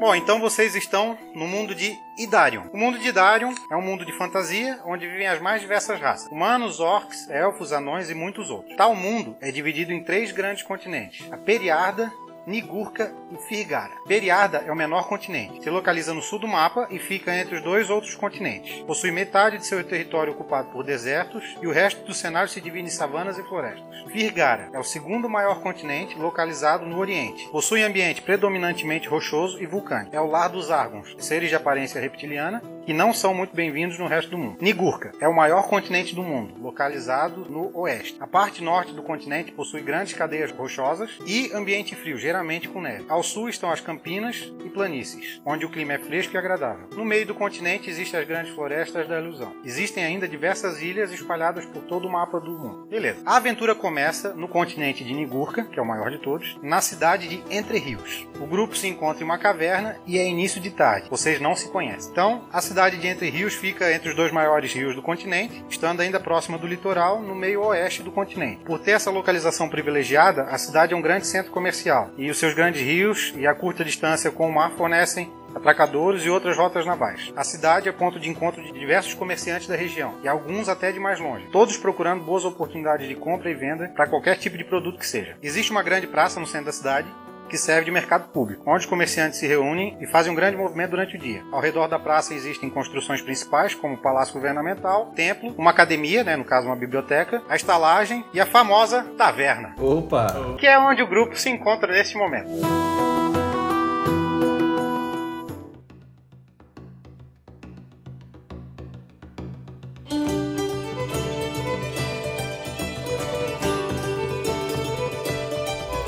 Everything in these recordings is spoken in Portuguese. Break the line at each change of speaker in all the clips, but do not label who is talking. Bom, então vocês estão no mundo de Idarion. O mundo de Idarion é um mundo de fantasia onde vivem as mais diversas raças: humanos, orcs, elfos, anões e muitos outros. Tal mundo é dividido em três grandes continentes: a Periarda, Nigurka e Firgara. Beriarda é o menor continente. Se localiza no sul do mapa e fica entre os dois outros continentes. Possui metade de seu território ocupado por desertos e o resto do cenário se divide em savanas e florestas. Firgara é o segundo maior continente localizado no oriente. Possui ambiente predominantemente rochoso e vulcânico. É o lar dos Argons, seres de aparência reptiliana que não são muito bem-vindos no resto do mundo. Nigurka é o maior continente do mundo, localizado no oeste. A parte norte do continente possui grandes cadeias rochosas e ambiente frio, geralmente com neve. Ao sul estão as campinas e planícies, onde o clima é fresco e agradável. No meio do continente existem as grandes florestas da ilusão. Existem ainda diversas ilhas espalhadas por todo o mapa do mundo. Beleza. A aventura começa no continente de Nigurka, que é o maior de todos, na cidade de Entre Rios. O grupo se encontra em uma caverna e é início de tarde. Vocês não se conhecem. Então, a a cidade de Entre Rios fica entre os dois maiores rios do continente, estando ainda próxima do litoral, no meio oeste do continente. Por ter essa localização privilegiada, a cidade é um grande centro comercial, e os seus grandes rios e a curta distância com o mar fornecem atracadores e outras rotas navais. A cidade é ponto de encontro de diversos comerciantes da região, e alguns até de mais longe, todos procurando boas oportunidades de compra e venda para qualquer tipo de produto que seja. Existe uma grande praça no centro da cidade, que serve de mercado público, onde os comerciantes se reúnem e fazem um grande movimento durante o dia. Ao redor da praça existem construções principais, como o Palácio Governamental, templo, uma academia, né, no caso uma biblioteca, a estalagem e a famosa taverna,
Opa!
que é onde o grupo se encontra neste momento.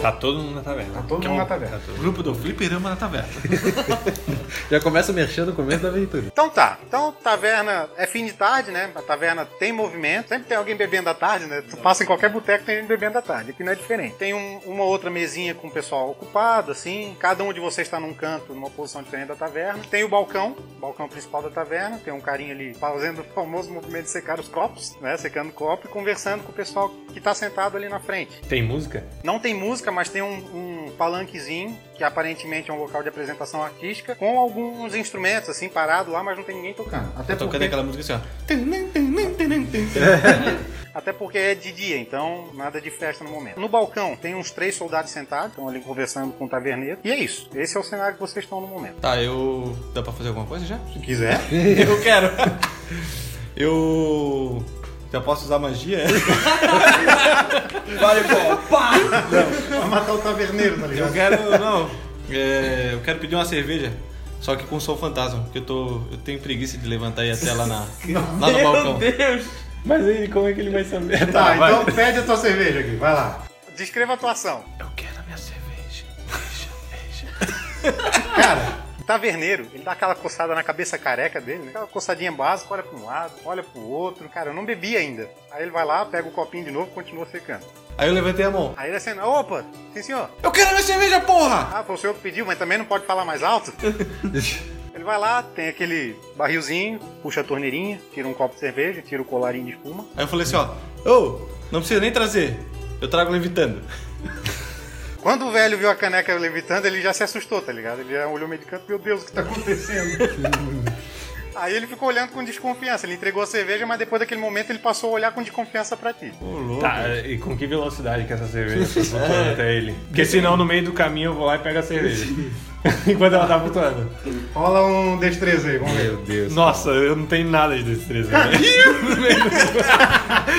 Tá todo mundo na taverna.
Tá todo mundo na taverna.
Grupo do Fliperama na taverna.
Já começa o merchan no começo da aventura.
Então tá, então taverna é fim de tarde, né? A taverna tem movimento, sempre tem alguém bebendo à tarde, né? Tu passa em qualquer boteco tem gente bebendo à tarde, aqui não é diferente. Tem um- uma outra mesinha com o pessoal ocupado, assim, cada um de vocês está num canto, numa posição diferente da taverna. Tem o balcão, o balcão principal da taverna, tem um carinha ali fazendo o famoso movimento de secar os copos, né? Secando o copo e conversando com o pessoal que tá sentado ali na frente.
Tem música?
Não tem música, mas tem um, um palanquezinho, que aparentemente é um local de apresentação artística, com alguns instrumentos, assim, parado lá, mas não tem ninguém tocando. Até
Tocando
porque,
aquela música assim, ó.
até porque é de dia, então nada de festa no momento. No balcão tem uns três soldados sentados, estão ali conversando com o taverneiro. E é isso. Esse é o cenário que vocês estão no momento.
Tá, eu. Dá pra fazer alguma coisa já?
Se quiser.
Eu quero! Eu. Já posso usar magia? Vale, pô.
Vai matar o taverneiro, tá
Eu quero. Não. É, eu quero pedir uma cerveja. Só que com som fantasma, porque eu tô. Eu tenho preguiça de levantar e ir até lá na. lá no balcão.
Deus! Mas aí, como é que ele vai saber?
Tá,
Tá,
então pede a tua cerveja aqui, vai lá. Descreva a atuação.
Eu quero a minha cerveja.
Cara, o taverneiro, ele dá aquela coçada na cabeça careca dele, né? Aquela coçadinha básica, olha pra um lado, olha pro outro. Cara, eu não bebi ainda. Aí ele vai lá, pega o copinho de novo e continua secando.
Aí eu levantei a mão.
Aí ele acena, opa, sim senhor.
Eu quero a minha cerveja, porra!
Ah, foi o senhor que pediu, mas também não pode falar mais alto? Ele vai lá, tem aquele barrilzinho, puxa a torneirinha, tira um copo de cerveja, tira o colarinho de espuma.
Aí eu falei assim, ó, ô, não precisa nem trazer, eu trago levitando.
Quando o velho viu a caneca levitando, ele já se assustou, tá ligado? Ele já olhou meio de canto, meu Deus, o que tá acontecendo? Aí ele ficou olhando com desconfiança. Ele entregou a cerveja, mas depois daquele momento ele passou a olhar com desconfiança pra ti.
Ô, louco.
Tá, e com que velocidade que essa cerveja tá flutuando
É.
até ele? Porque senão no meio do caminho eu vou lá e pego a cerveja. Enquanto ela tá flutuando.
Rola um destreza aí, vamos ver.
Meu Deus. Nossa, eu não tenho nada de destreza. né?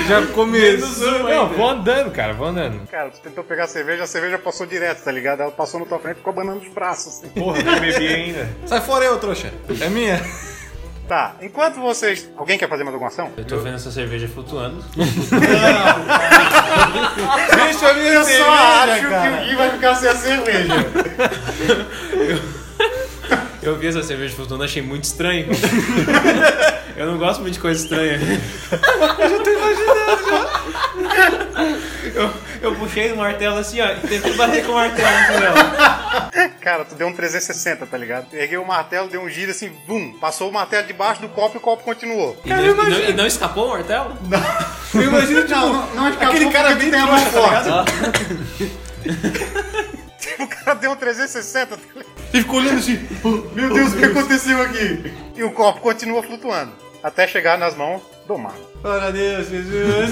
Já começou.
Não, vou andando, cara, vou andando.
Cara, tu tentou pegar a cerveja, a cerveja passou direto, tá ligado? Ela passou na tua frente e ficou abanando os braços, assim.
Porra, nem bebi ainda.
Sai fora eu, trouxa. É minha.
Tá, enquanto vocês. Alguém quer fazer mais alguma ação?
Eu tô vendo essa cerveja flutuando.
Deixa a é minha
Eu
cerveja,
só acho que
cara.
o Gui vai ficar sem a cerveja.
Eu vi essa cerveja flutuando, achei muito estranho. Eu não gosto muito de coisa estranha. Eu, eu puxei o martelo assim, ó, e tentei bater com o martelo assim, ó.
Cara, tu deu um 360, tá ligado? Erguei o martelo, deu um giro assim, bum! Passou o martelo debaixo do copo e o copo continuou.
E não, e não- e não escapou o martelo?
Eu imagino, tipo,
é
aquele cara bem
tem a
trouxa,
mão
tá ligado?
forte. O cara deu um 360, tá ligado?
Ele ficou olhando assim.
Meu Deus, o que aconteceu aqui? E o corpo continua flutuando, até chegar nas mãos do mago.
Glória a Deus, Jesus.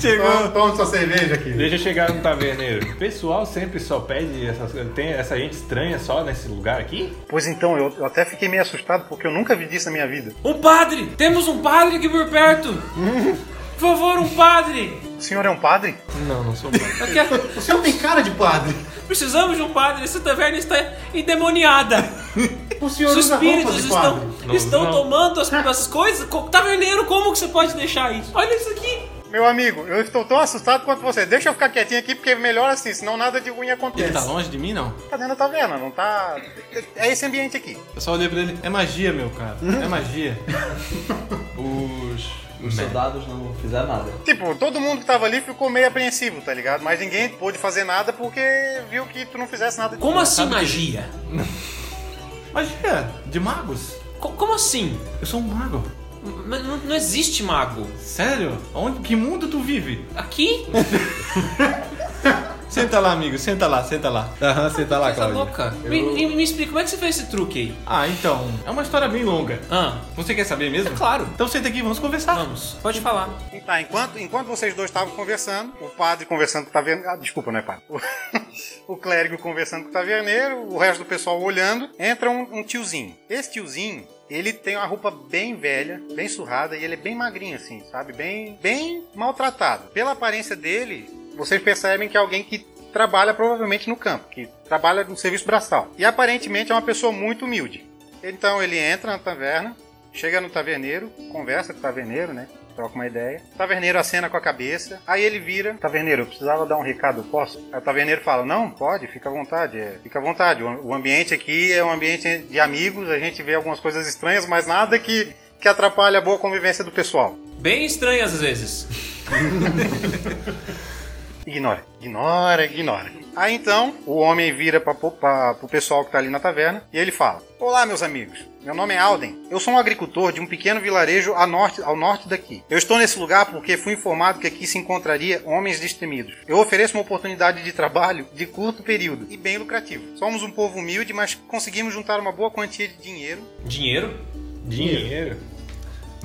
Toma,
Chegou.
toma sua cerveja aqui.
Deixa eu chegar no taverneiro. O pessoal sempre só pede essas coisas. Tem essa gente estranha só nesse lugar aqui?
Pois então, eu, eu até fiquei meio assustado porque eu nunca vi isso na minha vida.
Um padre! Temos um padre aqui por perto! Por favor, um padre!
O senhor é um padre?
Não, não sou bom.
Eu quero-
O senhor tem cara de padre.
Precisamos de um padre, essa taverna está endemoniada!
O senhor
Os
usa roupa
espíritos
de padre.
estão,
Não,
estão
não.
tomando as, as coisas. Co- Taverneiro, como que você pode deixar isso? Olha isso aqui!
Meu amigo, eu estou tão assustado quanto você. Deixa eu ficar quietinho aqui porque é melhor assim, senão nada de ruim
Ele
acontece.
tá longe de mim, não?
Tá dentro da taverna, não tá. É esse ambiente aqui.
Eu só olhei pra ele. É magia, meu cara. É magia. Os.
Os soldados não fizeram nada.
Tipo, todo mundo que tava ali ficou meio apreensivo, tá ligado? Mas ninguém pôde fazer nada porque viu que tu não fizesse nada de
Como assim magia?
Magia de magos.
Co- como assim?
Eu sou um mago.
Mas Não, não existe mago.
Sério? Onde, que mundo tu vive?
Aqui?
Senta lá, amigo. Senta lá, senta lá. Aham, senta lá,
Você tá
Cláudio.
louca? Me, me- me explica, como é que você fez esse truque aí?
Ah, então. É uma história bem longa.
Ah,
Você quer saber mesmo?
claro.
Então senta aqui, vamos conversar.
Vamos, pode falar.
Tá, enquanto, enquanto vocês dois estavam conversando, o padre conversando com o taverneiro. Ah, desculpa, não é padre. O, o clérigo conversando com o taverneiro, o resto do pessoal olhando. Entra um, um tiozinho. Esse tiozinho, ele tem uma roupa bem velha, bem surrada, e ele é bem magrinho, assim, sabe? Bem, bem maltratado. Pela aparência dele, vocês percebem que é alguém que trabalha provavelmente no campo, que trabalha no serviço braçal. E aparentemente é uma pessoa muito humilde. Então ele entra na taverna, chega no taverneiro, conversa com o taverneiro, né? Troca uma ideia. O taverneiro acena com a cabeça. Aí ele vira. Taverneiro, eu precisava dar um recado, eu posso? Aí o taverneiro fala: Não, pode, fica à vontade. é, fica à vontade. O o ambiente aqui é um ambiente de amigos, a gente vê algumas coisas estranhas, mas nada que, que atrapalhe a boa convivência do pessoal.
Bem estranho às vezes.
Ignora, ignora, ignora. Aí então, o homem vira pra, pra, pro pessoal que tá ali na taverna e ele fala: Olá, meus amigos. Meu nome é Alden. Eu sou um agricultor de um pequeno vilarejo a norte- ao norte daqui. Eu estou nesse lugar porque fui informado que aqui se encontraria homens destemidos. Eu ofereço uma oportunidade de trabalho de curto período e bem lucrativo. Somos um povo humilde, mas conseguimos juntar uma boa quantia de dinheiro.
Dinheiro?
Dinheiro?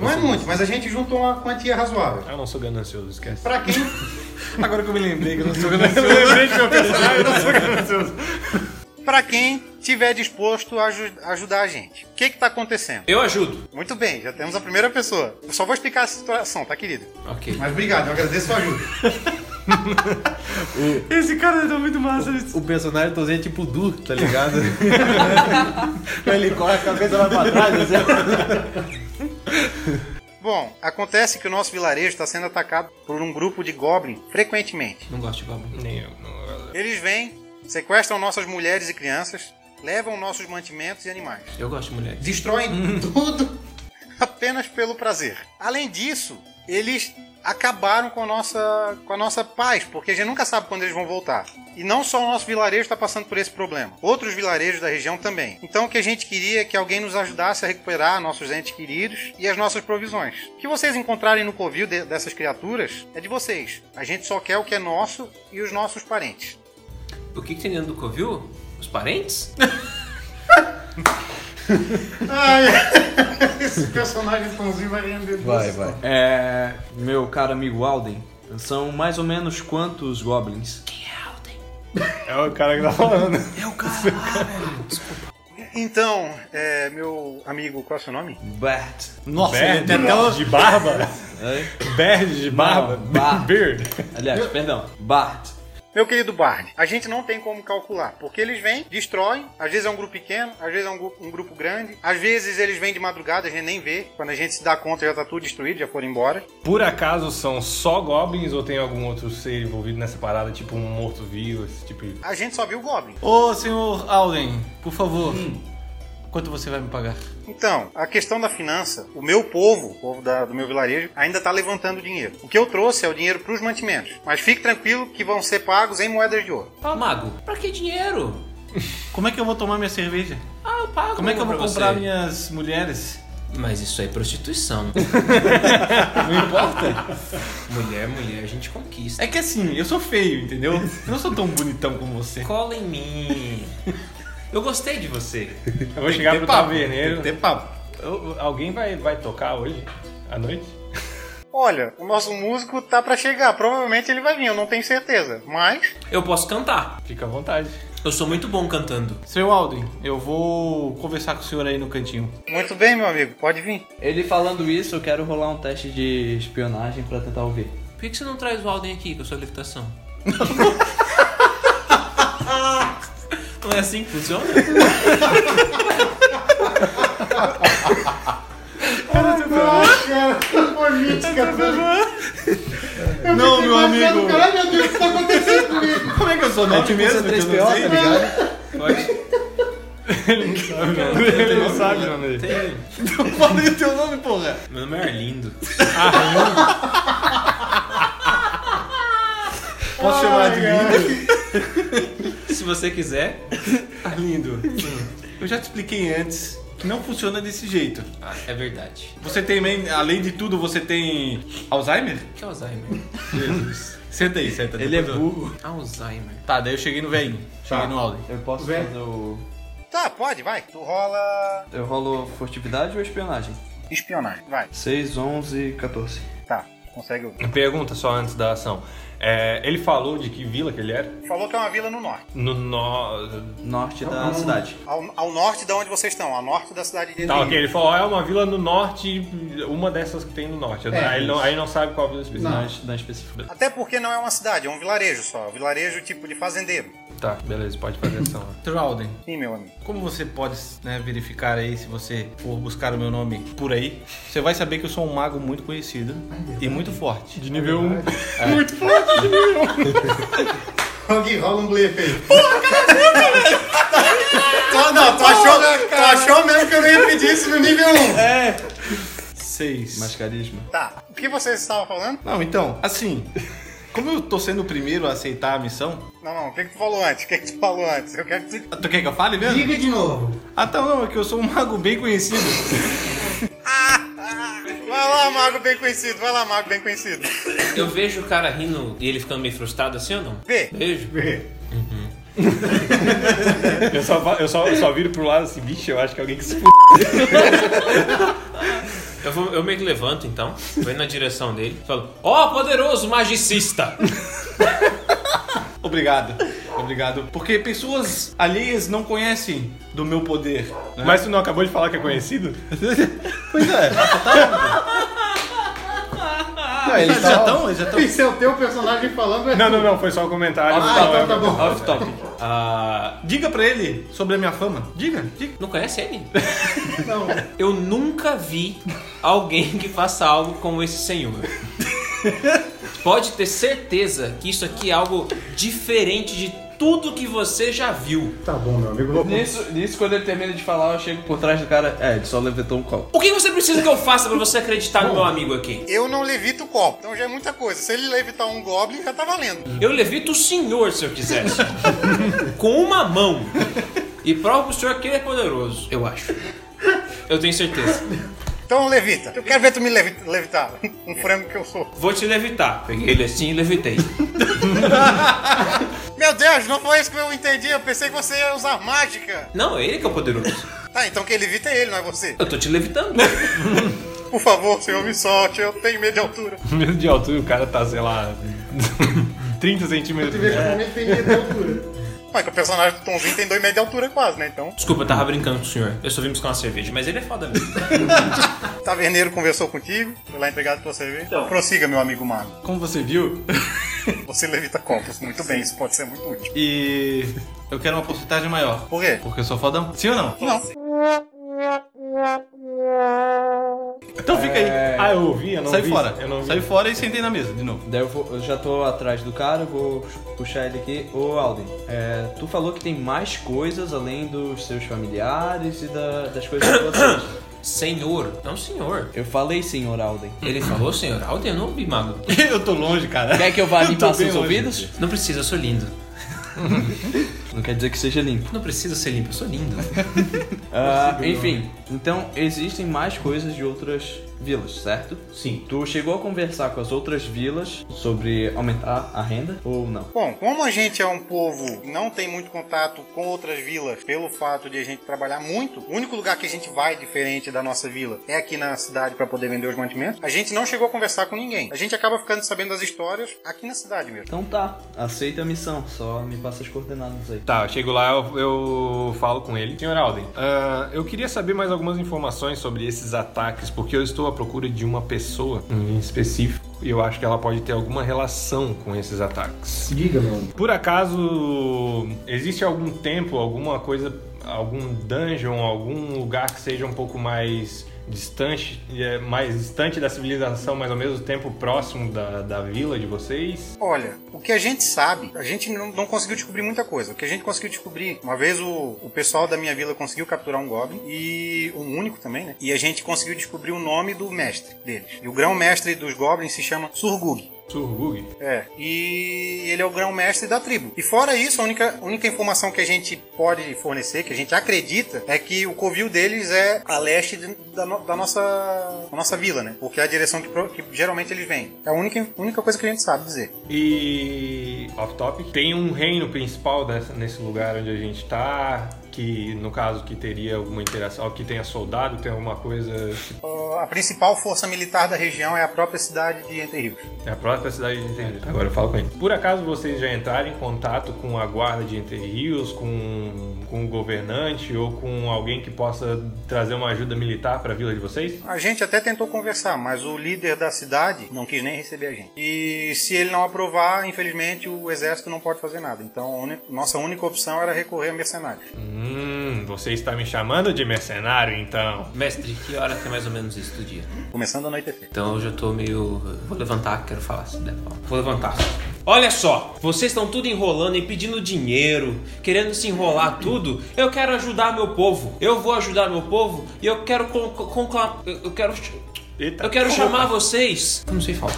Não é muito, mas a gente juntou uma quantia razoável.
Eu Ah, não sou ganancioso, esquece.
Pra quem
Agora que eu me lembrei que eu não sou grande.
Eu lembrei de meu personagem, eu não sou
para quem tiver disposto a aju- ajudar a gente. O que que tá acontecendo?
Eu ajudo.
Muito bem, já temos a primeira pessoa. Eu só vou explicar a situação, tá, querido?
Ok.
Mas obrigado, eu agradeço a sua ajuda.
Esse cara tá muito massa.
O personagem tozinho é tipo Du, tá ligado? ele corre a cabeça lá pra trás, assim.
Bom, acontece que o nosso vilarejo está sendo atacado por um grupo de goblin frequentemente.
Não gosto de goblin.
Nem eu. não-
Eles vêm, sequestram nossas mulheres e crianças, levam nossos mantimentos e animais.
Eu gosto de mulher.
Destroem tudo apenas pelo prazer. Além disso, eles acabaram com a nossa, com a nossa paz, porque a gente nunca sabe quando eles vão voltar. E não só o nosso vilarejo está passando por esse problema, outros vilarejos da região também. Então o que a gente queria é que alguém nos ajudasse a recuperar nossos entes queridos e as nossas provisões. O que vocês encontrarem no covil de- dessas criaturas é de vocês. A gente só quer o que é nosso e os nossos parentes.
O que, que tem dentro do covil? Os parentes?
Esse personagem tãozinho vai render.
Vai, vai. É. Meu caro amigo Alden, são mais ou menos quantos goblins?
É o cara que tá falando.
Então, é, meu amigo, qual é o seu nome?
Bert.
Nossa, ele
Berd
tem até um-
de barba?
Oi?
Berd de barba?
Não, bar.
Beard.
Aliás, perdão. Bart.
Meu querido Barney, a gente não tem como calcular, porque eles vêm, destroem, às vezes é um grupo pequeno, às vezes é um, gru- um grupo grande, às vezes eles vêm de madrugada, a gente nem vê, quando a gente se dá conta já tá tudo destruído, já foram embora.
Por acaso são só goblins ou tem algum outro ser envolvido nessa parada, tipo um morto-vivo, esse tipo de...
A gente só viu o Goblin.
um- Ô, senhor Alden, por favor.
Hum.
Quanto você vai me pagar?
Então, a questão da finança, o meu povo, o povo da- do meu vilarejo, ainda tá levantando dinheiro. O que eu trouxe é o dinheiro pros mantimentos, mas fique tranquilo que vão ser pagos em moedas de ouro.
Ah, mago, pra que dinheiro?
Como é que eu vou tomar minha cerveja?
Ah, eu pago.
Como é que eu
uma
vou
pra
comprar
você.
minhas mulheres?
Mas isso é prostituição.
Não importa.
mulher, mulher, a gente conquista.
É
É
que assim, eu sou feio, entendeu? Eu não sou tão bonitão como você.
Cola em mim. Eu gostei de você.
Eu vou chegar pro
né?
taverneiro.
Tem papo.
Eu- Alguém vai, vai tocar hoje? À noite?
Olha, o nosso músico tá pra chegar. Provavelmente ele vai vir, eu não tenho certeza. Mas,
Eu posso cantar.
Fica à vontade.
Eu sou muito bom cantando.
Seu Alden, eu vou conversar com o senhor aí no cantinho.
muito bem, meu amigo, pode vir.
Ele falando isso, eu quero rolar um teste de espionagem pra tentar ouvir.
Por que que você não traz o Alden aqui com a sua levitação? não é assim que funciona?
Não, meu amigo.
Caralho, meu Deus, o que tá acontecendo comigo?
Como é que eu sou nome mesmo? Que eu não sei, tá ligado?
Ele não sabe, meu amigo.
Eu falei o teu nome, porra.
Meu nome é Arlindo.
Posso chamar de lindo?
Se você quiser.
Lindo. Eu já te expliquei antes. Não funciona desse jeito.
Ah, é verdade.
Você tem, men- além de tudo, você tem Alzheimer?
Que Alzheimer?
Jesus. Senta aí, senta.
Ele é
depois eu-
burro.
Alzheimer.
Tá, daí eu cheguei no velhinho. Cheguei no Alden.
Eu posso
Vem.
fazer o.
Tá, pode, vai. Tu rola
Eu rolo furtividade ou espionagem?
espionagem, vai.
6, 11, 14.
Tá, consegue ouvir.
Pergunta só antes da ação. É, ele falou de que vila que ele era?
Falou que é uma vila no norte.
No nó.
Norte da cidade.
Ao, ao norte de onde vocês estão, ao norte da cidade de
Tá, ok.
Edrim.
Ele falou, ah, é uma vila no norte, uma dessas que tem no norte.
É,
aí, ele não, aí não sabe qual vila específica.
Não, não é especifico.
Até porque não é uma cidade, é um vilarejo só. Um vilarejo tipo de fazendeiro.
Tá, beleza, pode fazer ação.
Seu Alden,
Sim, meu amigo.
como você pode né, verificar aí se você for buscar o meu nome por aí, você vai saber que eu sou um mago muito conhecido e muito forte. É.
De nível 1.
Alguém rola um blefe aí.
Tu, não, tu achou, tu achou mesmo que eu não ia pedir isso no nível 1.
É.
Seis.
Mais carisma.
Tá, o que vocês estavam falando?
Não, então, assim, como eu tô sendo o primeiro a aceitar a missão,
Não, não, o que, que tu falou antes? O que, que tu falou antes? Eu quero que tu...
Ah, tu quer que eu fale mesmo?
Diga de novo.
Ah, tá, não, é que eu sou um mago bem conhecido.
Vai lá, mago bem conhecido, vai lá, mago bem conhecido.
Eu vejo o cara rindo e ele ficando meio frustrado assim ou não?
Vê.
Vejo.
Eu só, fa- eu, só, eu só viro pro lado assim, bicho, eu acho que alguém que se f...
Eu, vou- eu meio que levanto então, vou na direção dele e falo: Ó, poderoso magicista!
Obrigado, obrigado. Porque pessoas alheias não conhecem do meu poder. né?
Mas tu não acabou de falar que é conhecido?
Pois é. Não, ele
Ah, Eles já
tá...
estão, eles já estão.
Esse é o teu personagem falando. é-
Não, não, não, foi só um comentário.
Ah, então tá bom.
Off topic. Ah,
Diga pra ele sobre a minha fama. Diga, diga.
não conhece ele? Não. Eu nunca vi alguém que faça algo como esse senhor. Pode ter certeza que isso aqui é algo diferente de tudo que você já viu.
Tá bom, meu amigo. Vou...
Nisso, nisso, quando ele termina de falar, eu chego por trás do cara. É, ele só levantou um copo.
O que você precisa que eu faça pra você acreditar no meu amigo aqui?
Eu não levito o copo, então já é muita coisa. Se ele levitar um goblin, já tá valendo.
Eu levito o senhor se eu quisesse. Com uma mão. E prova pro senhor que ele é poderoso, eu acho. Eu tenho certeza.
Então levita. Eu quero ver tu me levi- levitar. Um frango que eu sou.
Vou te levitar. Peguei ele assim e levitei.
Meu Deus, não foi isso que eu entendi. Eu pensei que você ia usar mágica.
Não, é ele que é o poderoso.
Tá, então quem levita é ele, não é você.
Eu tô te levitando.
Por favor, senhor, me solte. Eu tenho medo de altura.
Mesmo de altura, o cara tá, sei lá, 30 centímetros.
Nesse momento tem medo de altura.
Mas é que o personagem do Tomzinho tem dois metros de altura quase, né? Então,
Desculpa, eu tava brincando com o senhor. Eu só vim buscar uma cerveja, mas ele é foda mesmo.
o taverneiro conversou contigo. Foi lá entregado pra você ver. Prossiga, meu amigo Mago.
Como você viu,
Você levita copos. Muito bem, isso pode ser muito útil.
e eu quero uma porcentagem maior.
Por quê?
Porque eu sou fodão. Sim ou não?
Não.
Então fica aí.
Ah, eu ouvi, eu não
Sai
vi.
fora.
Eu não vi.
Sai fora e sentei na mesa de novo.
Daí eu, vou- eu já tô atrás do cara, vou puxar ele aqui. Ô Alden, é, tu falou que tem mais coisas além dos seus familiares e da- das coisas de vocês.
Senhor, não senhor.
Eu falei, senhor Alden.
Ele falou senhor Alden, eu não ouvi mago.
eu tô longe, cara.
Quer que eu vá
Eu tô
limpar seus
bem longe.
ouvidos?
Não precisa, eu sou lindo.
Não quer dizer que seja limpo.
Não preciso ser limpo, eu sou lindo.
Ah, enfim, então existem mais coisas de outras vilas, certo?
Sim.
Tu chegou a conversar com as outras vilas sobre aumentar a renda ou não?
Bom, como a gente é um povo que não tem muito contato com outras vilas, pelo fato de a gente trabalhar muito, o único lugar que a gente vai diferente da nossa vila é aqui na cidade para poder vender os mantimentos. A gente não chegou a conversar com ninguém. A gente acaba ficando sabendo das histórias aqui na cidade mesmo.
Então tá, aceita a missão, só me passa as coordenadas aí.
Tá, eu chego lá, eu, eu falo com ele. Senhor Alden, ah, eu queria saber mais algumas informações sobre esses ataques, porque eu estou à procura de uma pessoa em específico e eu acho que ela pode ter alguma relação com esses ataques.
Diga, meu amigo.
Por acaso, existe algum tempo, alguma coisa, algum dungeon, algum lugar que seja um pouco mais distante, é, mais distante da civilização, mas ao mesmo tempo próximo da, da vila de vocês?
Olha, o que a gente sabe, a gente não, não conseguiu descobrir muita coisa. O que a gente conseguiu descobrir, uma vez o, o pessoal da minha vila conseguiu capturar um Goblin, e um único também, né? E a gente conseguiu descobrir o nome do mestre deles. E o grão-mestre dos Goblins se chama Surgug.
Surgug?
É, e ele é o grão-mestre da tribo. E fora isso, a única, a única informação que a gente pode fornecer, que a gente acredita, é que o covil deles é a leste de- da, no- da nossa, da nossa vila, né? Porque é a direção que, pro- que geralmente eles vêm. É a única, única coisa que a gente sabe dizer.
E off topic, tem um reino principal dessa- nesse lugar onde a gente tá, que no caso que teria alguma interação, que tenha soldado, tem alguma coisa.
Ah, A principal força militar da região é a própria cidade de Entre Rios.
É a própria cidade de Entre Rios. Agora eu falo com ele. Por acaso vocês já entraram em contato com a guarda de Entre Rios, com, com o governante ou com alguém que possa trazer uma ajuda militar pra vila de vocês?
A gente até tentou conversar, mas o líder da cidade não quis nem receber a gente. E se ele não aprovar, infelizmente o exército não pode fazer nada. Então a uni- nossa única opção era recorrer a mercenários.
Hum, você está me chamando de mercenário então?
Mestre, que hora que é mais ou menos isso do dia?
Começando a assim. anoitecer.
Então eu já tô meio. Vou levantar, quero falar se der. pra falar. Vou levantar. Olha só, vocês estão tudo enrolando e pedindo dinheiro, querendo se enrolar tudo. Eu quero ajudar meu povo. Eu vou ajudar meu povo e eu quero con- concla- eu eu quero ch-
Eita,
eu quero
opa.
chamar vocês. Eu não sei falar.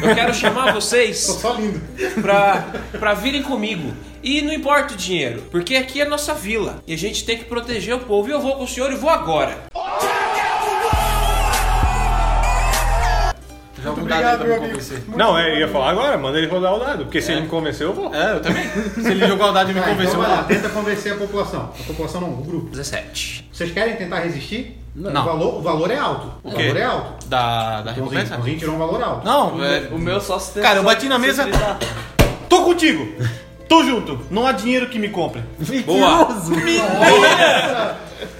Eu quero chamar vocês
Só lindo.
pra, pra virem comigo. E não importa o dinheiro, porque aqui é nossa vila e a gente tem que proteger o povo. E eu vou com o senhor e vou agora.
Joga um dado aí
Obrigado,
pra me
meu amigo.
convencer.
Não, é, eu ia falar agora, manda ele rodar o dado, porque se ele me convenceu, eu vou.
É, eu também. Se ele jogou o dado e me
Ah, então
convenceu,
vai lá,
eu
tenta convencer a população. A população não, o grupo.
17.
Vocês querem tentar resistir?
Não.
O valor, o valor é alto. O,
quê?
valor é alto.
vou. Da, da
Então,
recompensa?
tirou um valor alto.
Não, é,
O meu só se
Cara, eu bati na
só-
mesa-
se gritar.
tô contigo. Tô junto. Não há dinheiro que me compre.
Boa.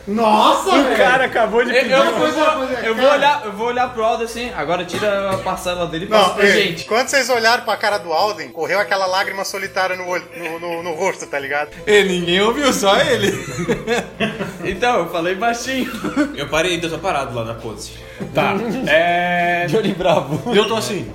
Nossa,
O
velho.
cara acabou de pedir.
Eu,
Não,
vou,
pois é, pois é,
eu vou
cara.
olhar, eu vou olhar pro Aldo assim, agora tira a parcela dele e passa
Não,
pra
ei,
gente.
quando vocês olharam pra cara do Alden, correu aquela lágrima solitária no, olho, no, no- no rosto, tá ligado?
E ninguém ouviu, só ele.
Então, eu falei baixinho.
Eu parei, então eu tô parado lá na pose.
Tá. É,
Johnny Bravo.
Eu tô assim.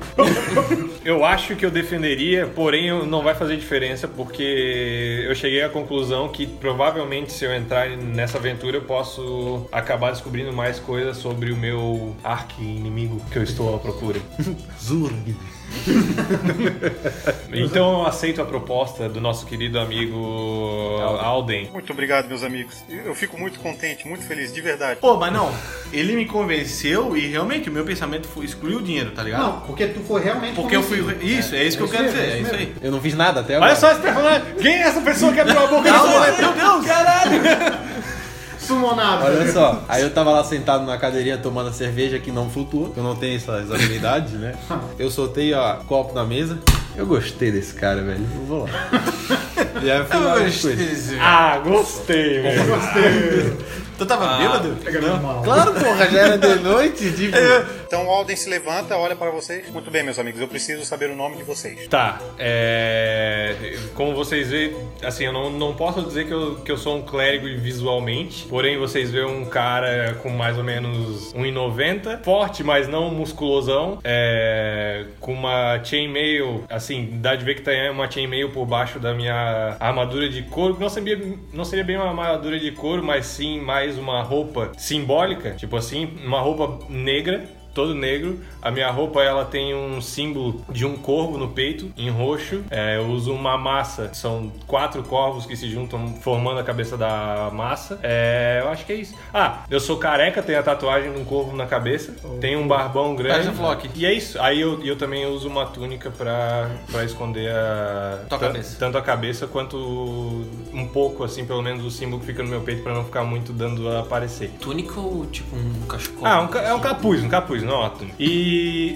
eu acho que eu defenderia, porém eu- não vai fazer diferença porque eu cheguei à conclusão que provavelmente se eu entrar nessa aventura eu posso acabar descobrindo mais coisas sobre o meu arqui-inimigo que eu estou à procura.
Zurg.
Então eu aceito a proposta do nosso querido amigo Alden.
Muito obrigado, meus amigos. Eu fico muito contente, muito feliz, de verdade.
Pô, mas não. Ele me convenceu e realmente o meu pensamento foi excluir o dinheiro, tá ligado?
Não, porque tu foi realmente
Porque eu fui.
convencido.
Isso, é, isso que eu
isso
quero
mesmo,
dizer. É
isso
isso aí.
Eu não fiz nada até agora.
Olha só esse personagem! Quem é essa pessoa que abriu a boca
Calma,
do
meu Deus!
Sumonado.
Olha só, aí eu tava lá sentado na cadeirinha tomando a cerveja que não flutua, eu não tenho essas habilidades, né? Eu soltei, ó, copo na mesa. Eu gostei desse cara, velho. Eu vou lá. E aí eu fui lá
Eu
com
gostei
ele.
desse-
Ah, gostei, velho.
Tu
Ah,
Então tava bêbado?
Claro, porra, já era de noite, tipo.
Então o Alden se levanta, olha para vocês. Muito bem, meus amigos, eu preciso saber o nome de vocês.
Tá, é... como vocês veem, assim, eu não, não posso dizer que eu, que eu sou um clérigo visualmente, porém vocês veem um cara com mais ou menos 1,90, forte, mas não musculosão, é... com uma chainmail, assim, dá de ver que tá uma chainmail por baixo da minha armadura de couro, que não seria, não seria bem uma armadura de couro, mas sim mais uma roupa simbólica, tipo assim, uma roupa negra, todo negro. A minha roupa ela tem um símbolo de um corvo no peito, em roxo. É, eu uso uma massa, são quatro corvos que se juntam formando a cabeça da massa. É, eu acho que é isso. Ah, eu sou careca, tenho a tatuagem de um corvo na cabeça,
Oh.
tenho um barbão grande.
Parece um flock.
E é isso. Aí eu, eu também uso uma túnica pra, pra esconder a.
Tua
tan-
cabeça.
Tanto a cabeça quanto um pouco, assim, pelo menos o símbolo que fica no meu peito pra não ficar muito dando a aparecer.
Túnica ou tipo um cachecol?
Ah, um ca- é um capuz, um capuz, não é uma túnica. E.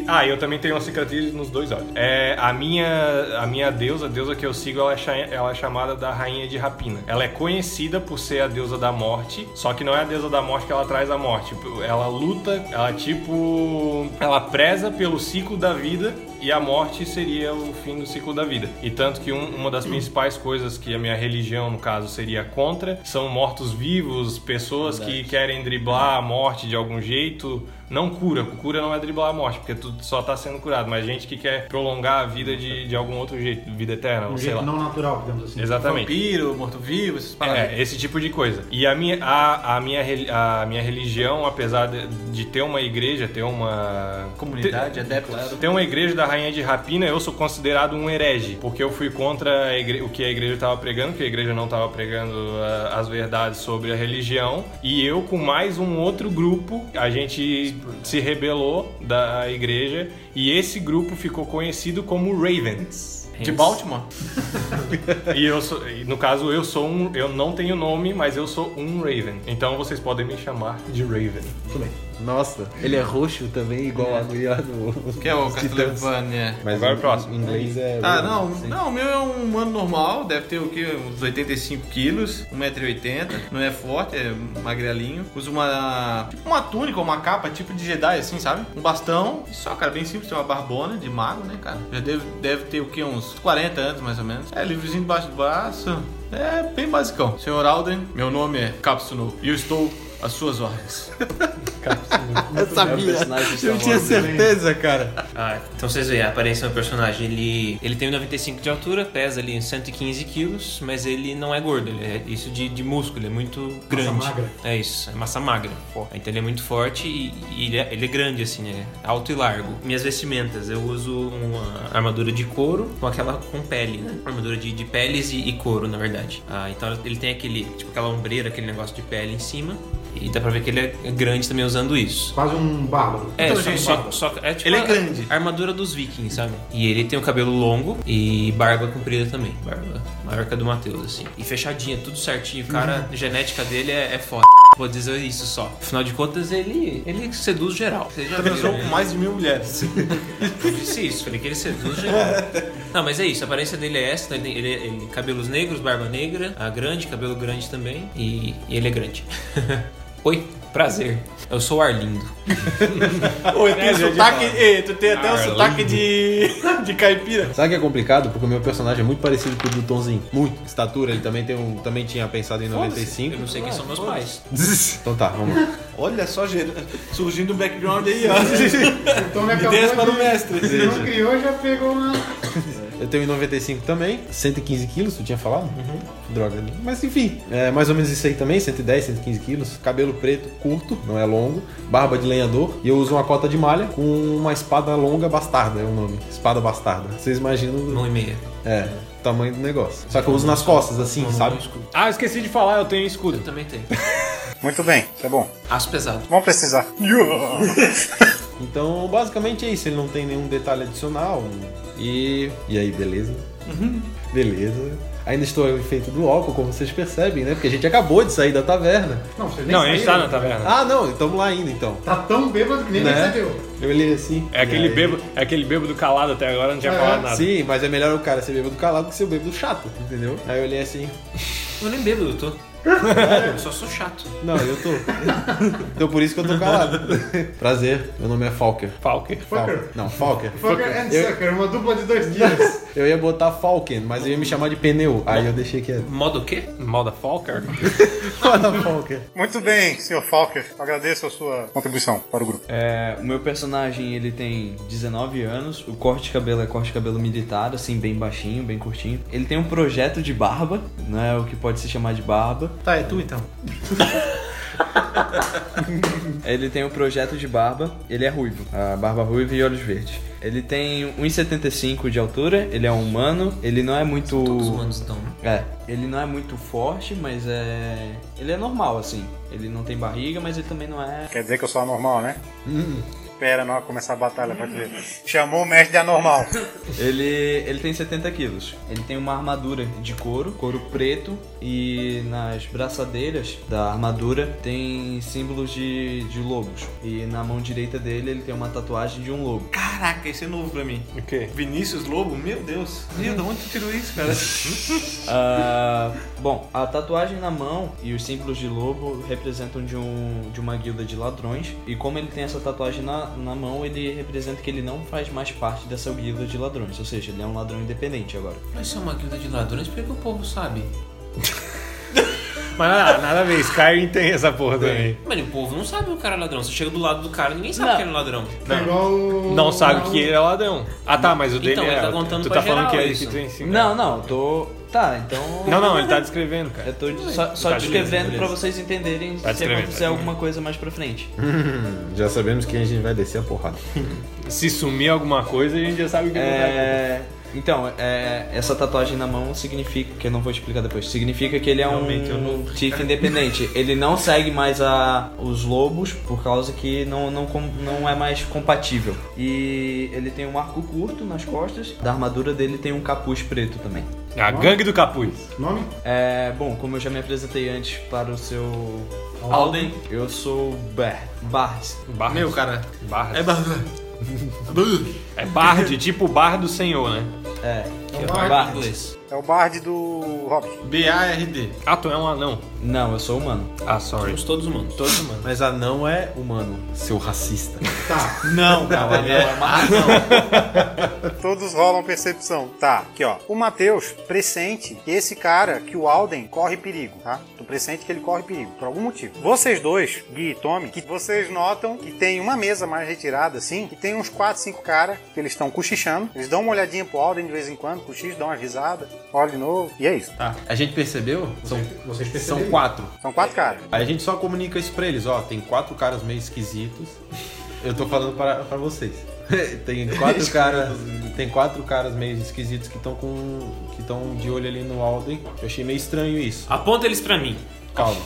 Ah, eu também tenho uma cicatriz nos dois olhos. É, a minha a minha deusa, a deusa que eu sigo, ela é, cha- ela é chamada da Rainha de Rapina. Ela é conhecida por ser a deusa da morte, só que não é a deusa da morte que ela traz a morte. Ela luta, ela tipo. Ela preza pelo ciclo da vida e a morte seria o fim do ciclo da vida. E tanto que um- uma das principais coisas que a minha religião, no caso, seria contra são mortos-vivos, pessoas que querem driblar a morte de algum jeito. Não cura, cura não é driblar a morte, porque tu só tá sendo curado, mas gente que quer prolongar a vida de, de algum outro jeito, vida eterna,
Um
ou sei
jeito
lá.
não natural, digamos assim.
Exatamente.
Vampiro, morto-vivo, essas paradas.
É, esse tipo de coisa. E a minha, a, a minha, reli- a minha religião, apesar de, de ter uma igreja, ter uma.
Comunidade, adeptos.
Tem uma igreja da Rainha de Rapina, eu sou considerado um herege, porque eu fui contra a igre- o que a igreja estava pregando, que a igreja não estava pregando ah, as verdades sobre a religião, e eu com mais um outro grupo, a gente se rebelou da igreja, e esse grupo ficou conhecido como Ravens.
De Baltimore?
E eu sou, e no caso eu sou um, eu não tenho nome, mas eu sou um Raven. Então vocês podem me chamar de Raven.
Nossa, ele é roxo também, igual a guria do.
Que é o
dos Titãs.
Castlevania.
Mas
Agora
em-
o próximo.
Em inglês é.
Ah, não, não, o meu é um humano normal, deve ter o quê? Uns 85 quilos, 1,80m, não é forte, é magrelinho. Usa uma. Tipo uma túnica, uma capa, tipo de Jedi, assim, sabe? Um bastão e só, cara, bem simples, tem uma barbona de mago, né, cara? Já deve, deve ter o quê? Uns 40 anos, mais ou menos. É, livrezinho debaixo do braço. É bem basicão. Senhor Alden, meu nome é Capsuno e eu estou às suas ordens.
eu sabia. Eu tinha certeza, cara.
Ah, então vocês veem a aparência do personagem. Ele, ele tem um 95 de altura, pesa ali 115 quilos, mas ele não é gordo. Ele é isso de, de músculo, ele é muito grande.
magra.
É isso, é massa magra. Então ele é muito forte e, e ele, é, ele é grande, assim, né? Alto e largo. Minhas vestimentas, eu uso uma armadura de couro com aquela com pele, né? Armadura de, de peles e, e couro, na verdade. Ah, então ele tem aquele, tipo aquela ombreira, aquele negócio de pele em cima. E dá pra ver que ele é grande também usando isso.
Quase um bárbaro.
É,
Então,
só,
gente,
só, só- é tipo
Ele é
a-
grande.
A armadura dos vikings, sabe? E ele tem o cabelo longo e barba comprida também. Barba maior que a do Matheus, assim. E fechadinha, tudo certinho. O cara, a genética dele é, é foda. Vou dizer isso só. Afinal de contas, ele, ele seduz geral. Vocês já
Transou
viram,
com
né?
mais de mil mulheres.
Eu disse isso, falei que ele seduz geral. Não, mas é isso, a aparência dele é essa, né? ele, ele, ele- cabelos negros, barba negra, a grande, cabelo grande também, e, e ele é grande. Oi, prazer. Eu sou o Arlindo.
Oi, tem
gente,
sotaque. Ei, tu tem até o
Carlinho.
sotaque de. de caipira.
Sabe o que é complicado? Porque o meu personagem é muito parecido com o do Tonzinho. Muito. Estatura, ele também, tem um, também tinha pensado em 95.
Eu não sei quem são meus pais.
Então tá, vamos lá.
Olha só, gente, surgindo um background aí, ó.
Então ele acabou
Ideias para o
de-
mestre.
Se não criou, já pegou uma...
Eu tenho 95 também, 115 quilos, tu tinha falado?
Uhum.
Droga. Mas enfim, é mais ou menos isso aí também, 110, 115 quilos. Cabelo preto, curto, não é longo. Barba de lenhador. E eu uso uma cota de malha com uma espada longa bastarda, é o nome. Espada bastarda. Vocês imaginam
Mão e meia.
é, o tamanho do negócio. Só que eu uso nas costas, assim, sabe?
Ah, esqueci de falar, eu tenho escudo.
Eu também tenho.
Muito bem, isso é bom.
Aço pesado.
Vamos precisar.
Então, basicamente é isso. Ele não tem nenhum detalhe adicional. E. E aí, beleza?
Uhum.
Beleza. Ainda estou efeito do álcool, como vocês percebem, né? Porque a gente acabou de sair da taverna.
Não, você nem
Não, a gente tá
saíram.
na taverna.
Ah, não, estamos lá ainda então.
Tá tão bêbado que nem
Né?
percebeu.
Eu olhei assim.
É aquele,
e aí-
bêbado, é aquele bêbado calado até agora, não tinha
É,
falado nada.
Sim, mas é melhor o cara ser bêbado calado que ser o bêbado chato, entendeu? Aí eu olhei assim.
Eu nem bebo, eu tô. Eu só sou chato.
Não, eu tô. então por isso que eu tô calado. Prazer, meu nome é Falker.
Falker. é
Fucker.
Não, Falker.
Fucker and
Eu-
sucker, uma dupla de dois dias.
Eu ia botar Falken, mas eu ia me chamar de pneu. Aí eu deixei quieto.
Modo o quê?
Moda Falker?
Bota Falker.
Muito bem, senhor Falker. Agradeço a sua contribuição para o grupo.
É, o meu personagem, ele tem 19 anos, o corte de cabelo é corte de cabelo militar, assim, bem baixinho, bem curtinho. Ele tem um projeto de barba, né, o que pode se chamar de barba.
Tá, é tu então.
Ele tem um projeto de barba, ele é ruivo, a barba ruiva e olhos verdes. Ele tem 1,75 de altura, ele é um humano, ele não é muito.
Os humanos estão. né?
É, ele não é muito forte, mas é. Ele é normal, assim. Ele não tem barriga, mas ele também não é.
Quer dizer que eu sou anormal, né? Espera, não vai começar a batalha pra te ver. Chamou o mestre de anormal.
Ele, ele tem 70 quilos. Ele tem uma armadura de couro, couro preto, e nas braçadeiras da armadura tem símbolos de, de lobos. E na mão direita dele ele tem uma tatuagem de um lobo.
Caraca, esse é novo pra mim.
O quê?
Vinícius Lobo? Meu Deus. Meu, de onde tu tirou isso, cara?
Ah, bom, a tatuagem na mão e os símbolos de lobo representam de, um, de uma guilda de ladrões. E como ele tem essa tatuagem na, na mão, ele representa que ele não faz mais parte dessa guilda de ladrões. Ou seja, ele é um ladrão independente agora.
Mas isso é uma guilda de ladrões, por que que o povo sabe?
Mas nada, nada a ver, Skyrim tem essa porra também.
Mas o povo não sabe o cara é ladrão. Você chega do lado do cara, ninguém sabe que ele é ladrão.
É igual o-
Não sabe que ele é ladrão. Ah tá, mas o dele
Então,
é.
ele tá contando
tu
pra
tá falando
geral
que é
isso.
que tem sim.
Não, não, eu tô. Tá, então.
Não, não, ele tá descrevendo, cara.
Eu tô de- só, só
Tá beleza,
descrevendo
beleza.
pra vocês entenderem
Tá
se
descrevendo,
acontecer
tá
alguma coisa mais pra frente.
Já sabemos que a gente vai descer a porrada.
Se sumir alguma coisa, a gente já sabe o que é...
É, Então, é, essa tatuagem na mão significa, que eu não vou explicar depois, significa que ele é
Realmente, eu
um
não-
chief independente. Ele não segue mais a, os lobos por causa que não, não, com- não é mais compatível. E ele tem um arco curto nas costas, da armadura dele tem um capuz preto também.
A gangue do capuz.
Nome?
É, bom, como eu já me apresentei antes para o seu Alden, eu sou o Ber- Barres.
Barra.
Ah, Meu, cara.
Barra.
É barba.
É Bard, tipo Bar do Senhor, né?
É,
É o
Barres.
Bard.
Inglês.
É o bard do Hobbit.
B-A-R-D.
Ah, tu é um anão.
Não, eu sou humano.
Ah, sorry.
Somos todos humanos.
Todos humanos.
Mas a não é humano, seu racista.
Tá.
Não, cara.
Não, é uma razão.
Todos rolam percepção. Tá, aqui ó. O Matheus pressente que esse cara, que o Alden, corre perigo, tá? Tu pressente que ele corre perigo, por algum motivo. Vocês dois, Gui e Tommy, que vocês notam que tem uma mesa mais retirada assim, que tem uns 4, 5 caras que eles estão cochichando. Eles dão uma olhadinha pro Alden de vez em quando, cochicham, dão uma risada, olha de novo, e é isso.
Tá. A gente percebeu? São,
Vocês perceberam?
são quatro.
São quatro caras.
Aí a gente só comunica isso pra eles, ó, tem quatro caras meio esquisitos. Eu tô falando pra, pra vocês. tem quatro caras. Tem quatro caras meio esquisitos que estão com. que estão de olho ali no Alden. Eu achei meio estranho isso.
Aponta eles pra mim.
Calma.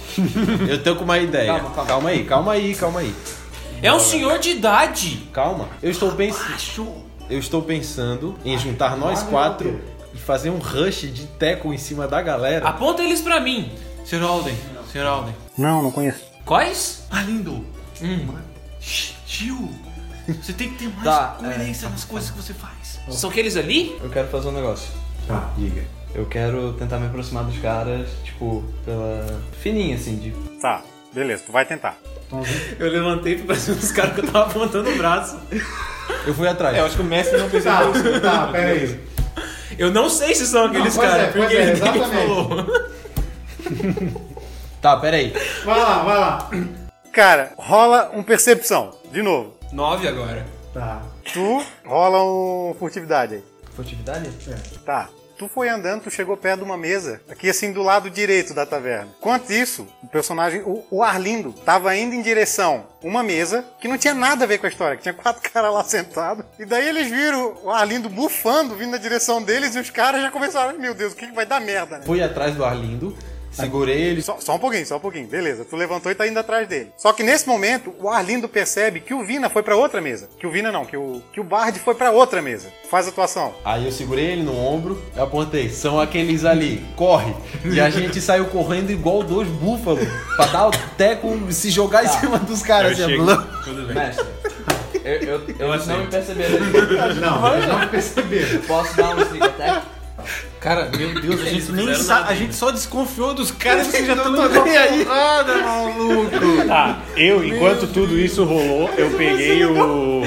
Eu tô com uma ideia.
Calma, calma.
aí, calma aí, calma aí.
É um senhor de idade.
Calma. Eu estou pensando. Eu estou pensando em juntar nós quatro e fazer um rush de teco em cima da galera.
Aponta eles pra mim.
Senhor Alden. Senhor Alden.
Não, não conheço.
Quais? Hum,
Ah, lindo. Shh, Tio. Você tem que ter mais
Tá,
é.
coerência nas coisas que você faz.
São aqueles ali?
Eu quero fazer um negócio.
Tá, diga.
Eu quero tentar me aproximar dos caras, tipo, pela. fininha, assim, de.
Tá, beleza, tu vai tentar.
Eu levantei pra cima dos caras que eu tava apontando o braço.
Eu fui atrás.
acho que o mestre não precisa.
Tá, tá, pera aí.
Eu não sei se são aqueles
pois
caras,
é, pois
porque
é,
ninguém me
exatamente.
falou.
Tá, pera aí.
Vai lá, vai lá.
Cara, rola um percepção, de novo.
Nove agora.
Tá.
Tu rola um furtividade aí.
Furtividade?
Tá. Tu foi andando, tu chegou perto de uma mesa, aqui assim do lado direito da taverna. Enquanto isso, o personagem, o, o Arlindo, tava indo em direção a uma mesa que não tinha nada a ver com a história, que tinha quatro caras lá sentados. E daí eles viram o Arlindo bufando vindo na direção deles e os caras já começaram, meu Deus, o que, que vai dar merda, né?
Fui atrás do Arlindo, segurei ele.
Só, só um pouquinho, só um pouquinho. Beleza, tu levantou e tá indo atrás dele. Só que nesse momento, o Arlindo percebe que o Vina foi pra outra mesa. Que o Vina não, que o, que o Bard foi pra outra mesa. Faz a atuação.
Aí eu segurei ele no ombro, eu apontei, são aqueles ali, corre! E a gente saiu correndo igual dois búfalos, pra dar o teco, se jogar em cima dos caras.
Eu
assim,
chego.
blá.
Tudo bem.
Mestre. Eu, eu, eu, não
aceito.
me perceberam.
Não, eles não perceberam.
Eu posso dar um sneak attack?
Cara, meu Deus, a gente nem
fizeram
sa-
nada
A gente só desconfiou dos caras que já estão
E aí?
Tá, eu, enquanto tudo isso rolou, eu peguei o.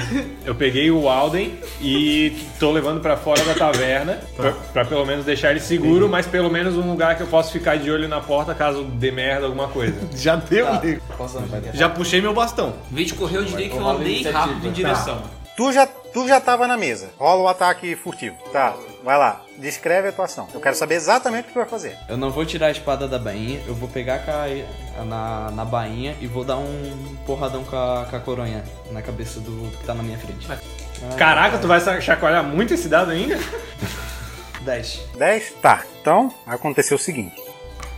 Eu peguei o Alden e tô levando pra fora da taverna. Pra, pra pelo menos deixar ele seguro, mas pelo menos um lugar que eu posso ficar de olho na porta caso dê merda alguma coisa.
Já deu, nego.
Posso dar um sneak attack?
Já puxei meu bastão.
Em vez de correr, Tá. eu diria que eu
rolar
andei
iniciativa.
rápido em direção.
Tu já Tu já tava na mesa. Rola o ataque furtivo. Tá, vai lá. Descreve a tua ação. Eu quero saber exatamente o que tu vai fazer.
Eu não vou tirar a espada da bainha, tá eu vou pegar com a- na, na bainha e vou dar um porradão com a, com a coronha na cabeça do que tá na minha frente.
Caraca, tu vai sa- chacoalhar muito esse dado ainda?
10.
10? Tá. Então, aconteceu o seguinte.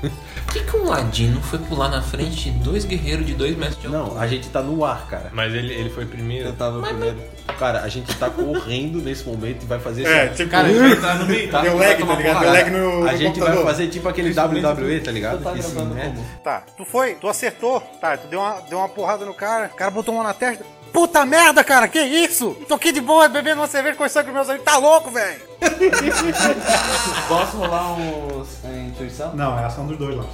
Por que, que um ladino foi pular na frente de dois guerreiros de dois metros de altura?
Não, a gente tá no ar, cara.
Mas ele, ele foi primeiro.
Eu tava primeiro. Cara, a gente tá correndo nesse momento e vai fazer assim, ó.
tipo,
Cara, ele vai entrar no meio, tá?
deu
Vai
lag, tá
tomar
ligado? Deu
porrada.
lag no,
A
no
gente vai
computador.
fazer tipo aquele WWE, tá ligado?
tá
Esse
gravando
merda.
como?
Tá, tu foi, tu acertou, tá, tu deu uma, deu uma porrada no cara, o cara botou uma na testa. Puta merda, cara, que isso? Tô aqui de boa, bebendo uma cerveja, conversando com meus amigos, tá louco, velho?
Posso rolar uns é, intuição?
Não, é a ação dos dois lá.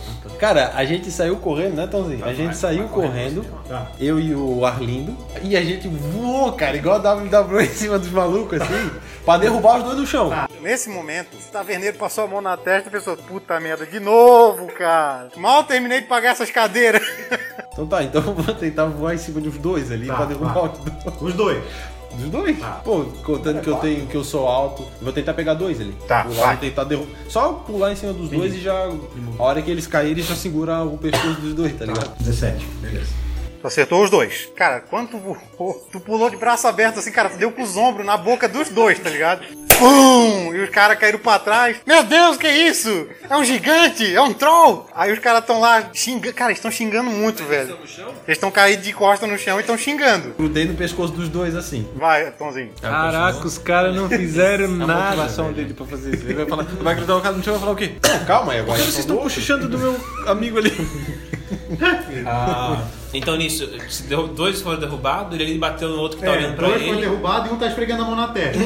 Cara, a gente saiu correndo, né, Tãozinho? A gente saiu correndo,
Tá.
eu e o Arlindo, e a gente voou, cara, igual a WWE em cima dos malucos, assim, pra derrubar os dois do chão.
Nesse momento, o taverneiro passou a mão na testa e pensou, puta merda, de novo, cara. Mal terminei de pagar essas cadeiras.
Então tá, então eu vou tentar voar em cima dos dois ali
Tá,
pra derrubar
tá.
os dois.
Os dois.
Dos dois?
Tá.
Pô, contando que eu tenho que eu sou alto, eu vou tentar pegar dois ali.
Tá,
Pular,
vai.
e tentar derrubar. Só pular em cima dos dois e já. A hora que eles caírem, já segura o pescoço dos dois, tá ligado?
17. Beleza.
Tu acertou os dois. Cara, quando tu voou, tu pulou de braço aberto assim, cara, tu deu com os ombros na boca dos dois, tá ligado? Pum! E os caras caíram pra trás. Meu Deus, que isso? É um gigante? É um troll? Aí os caras estão lá xingando. Cara, estão xingando muito, velho. Eles estão caídos de costa no chão e estão xingando.
Grudei no pescoço dos dois assim.
Vai, Tomzinho.
Caraca, os caras não fizeram
A motivação dele pra fazer isso. Ele vai falar, vai grudar o cara no chão e vai falar o quê?
Não, calma aí agora.
Vocês estão cochichando do meu amigo ali.
Ah, então nisso, se derru- dois foram derrubados, ele bateu no outro que tá
É,
olhando pra
dois foi
ele.
derrubado e um tá esfregando a mão na testa.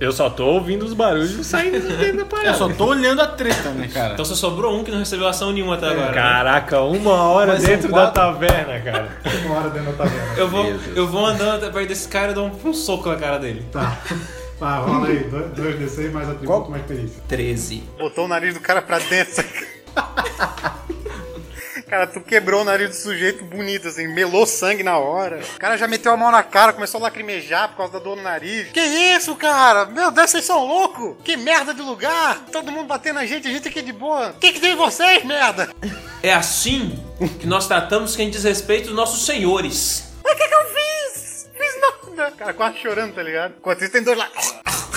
Eu só tô ouvindo os barulhos saindo de dentro da
Eu
parada.
só tô olhando a treta, né, cara?
Então só sobrou um que não recebeu ação nenhuma até agora. né?
Caraca, uma hora
Mas são
dentro da
quatro.
taverna, cara.
Uma hora dentro da tabela.
Eu vou,
Meu Deus.
eu vou andando até perto desse cara e dou um, um soco na cara dele.
Tá. Tá, rola aí. 2D6 mais atributo, mais perícia.
13.
Botou o nariz do cara pra dentro. saca? Cara, tu quebrou o nariz do sujeito bonito, assim, melou sangue na hora. O cara já meteu a mão na cara, começou a lacrimejar por causa da dor no nariz. Que isso, cara? Meu Deus, vocês são loucos! Que merda de lugar! Todo mundo batendo na gente, a gente aqui de boa. O que, que tem em vocês, merda?
É assim que nós tratamos quem diz respeito aos nossos senhores.
O que, que eu fiz? Fiz nada. Cara, quase chorando, tá ligado? Enquanto isso, tem dois lá.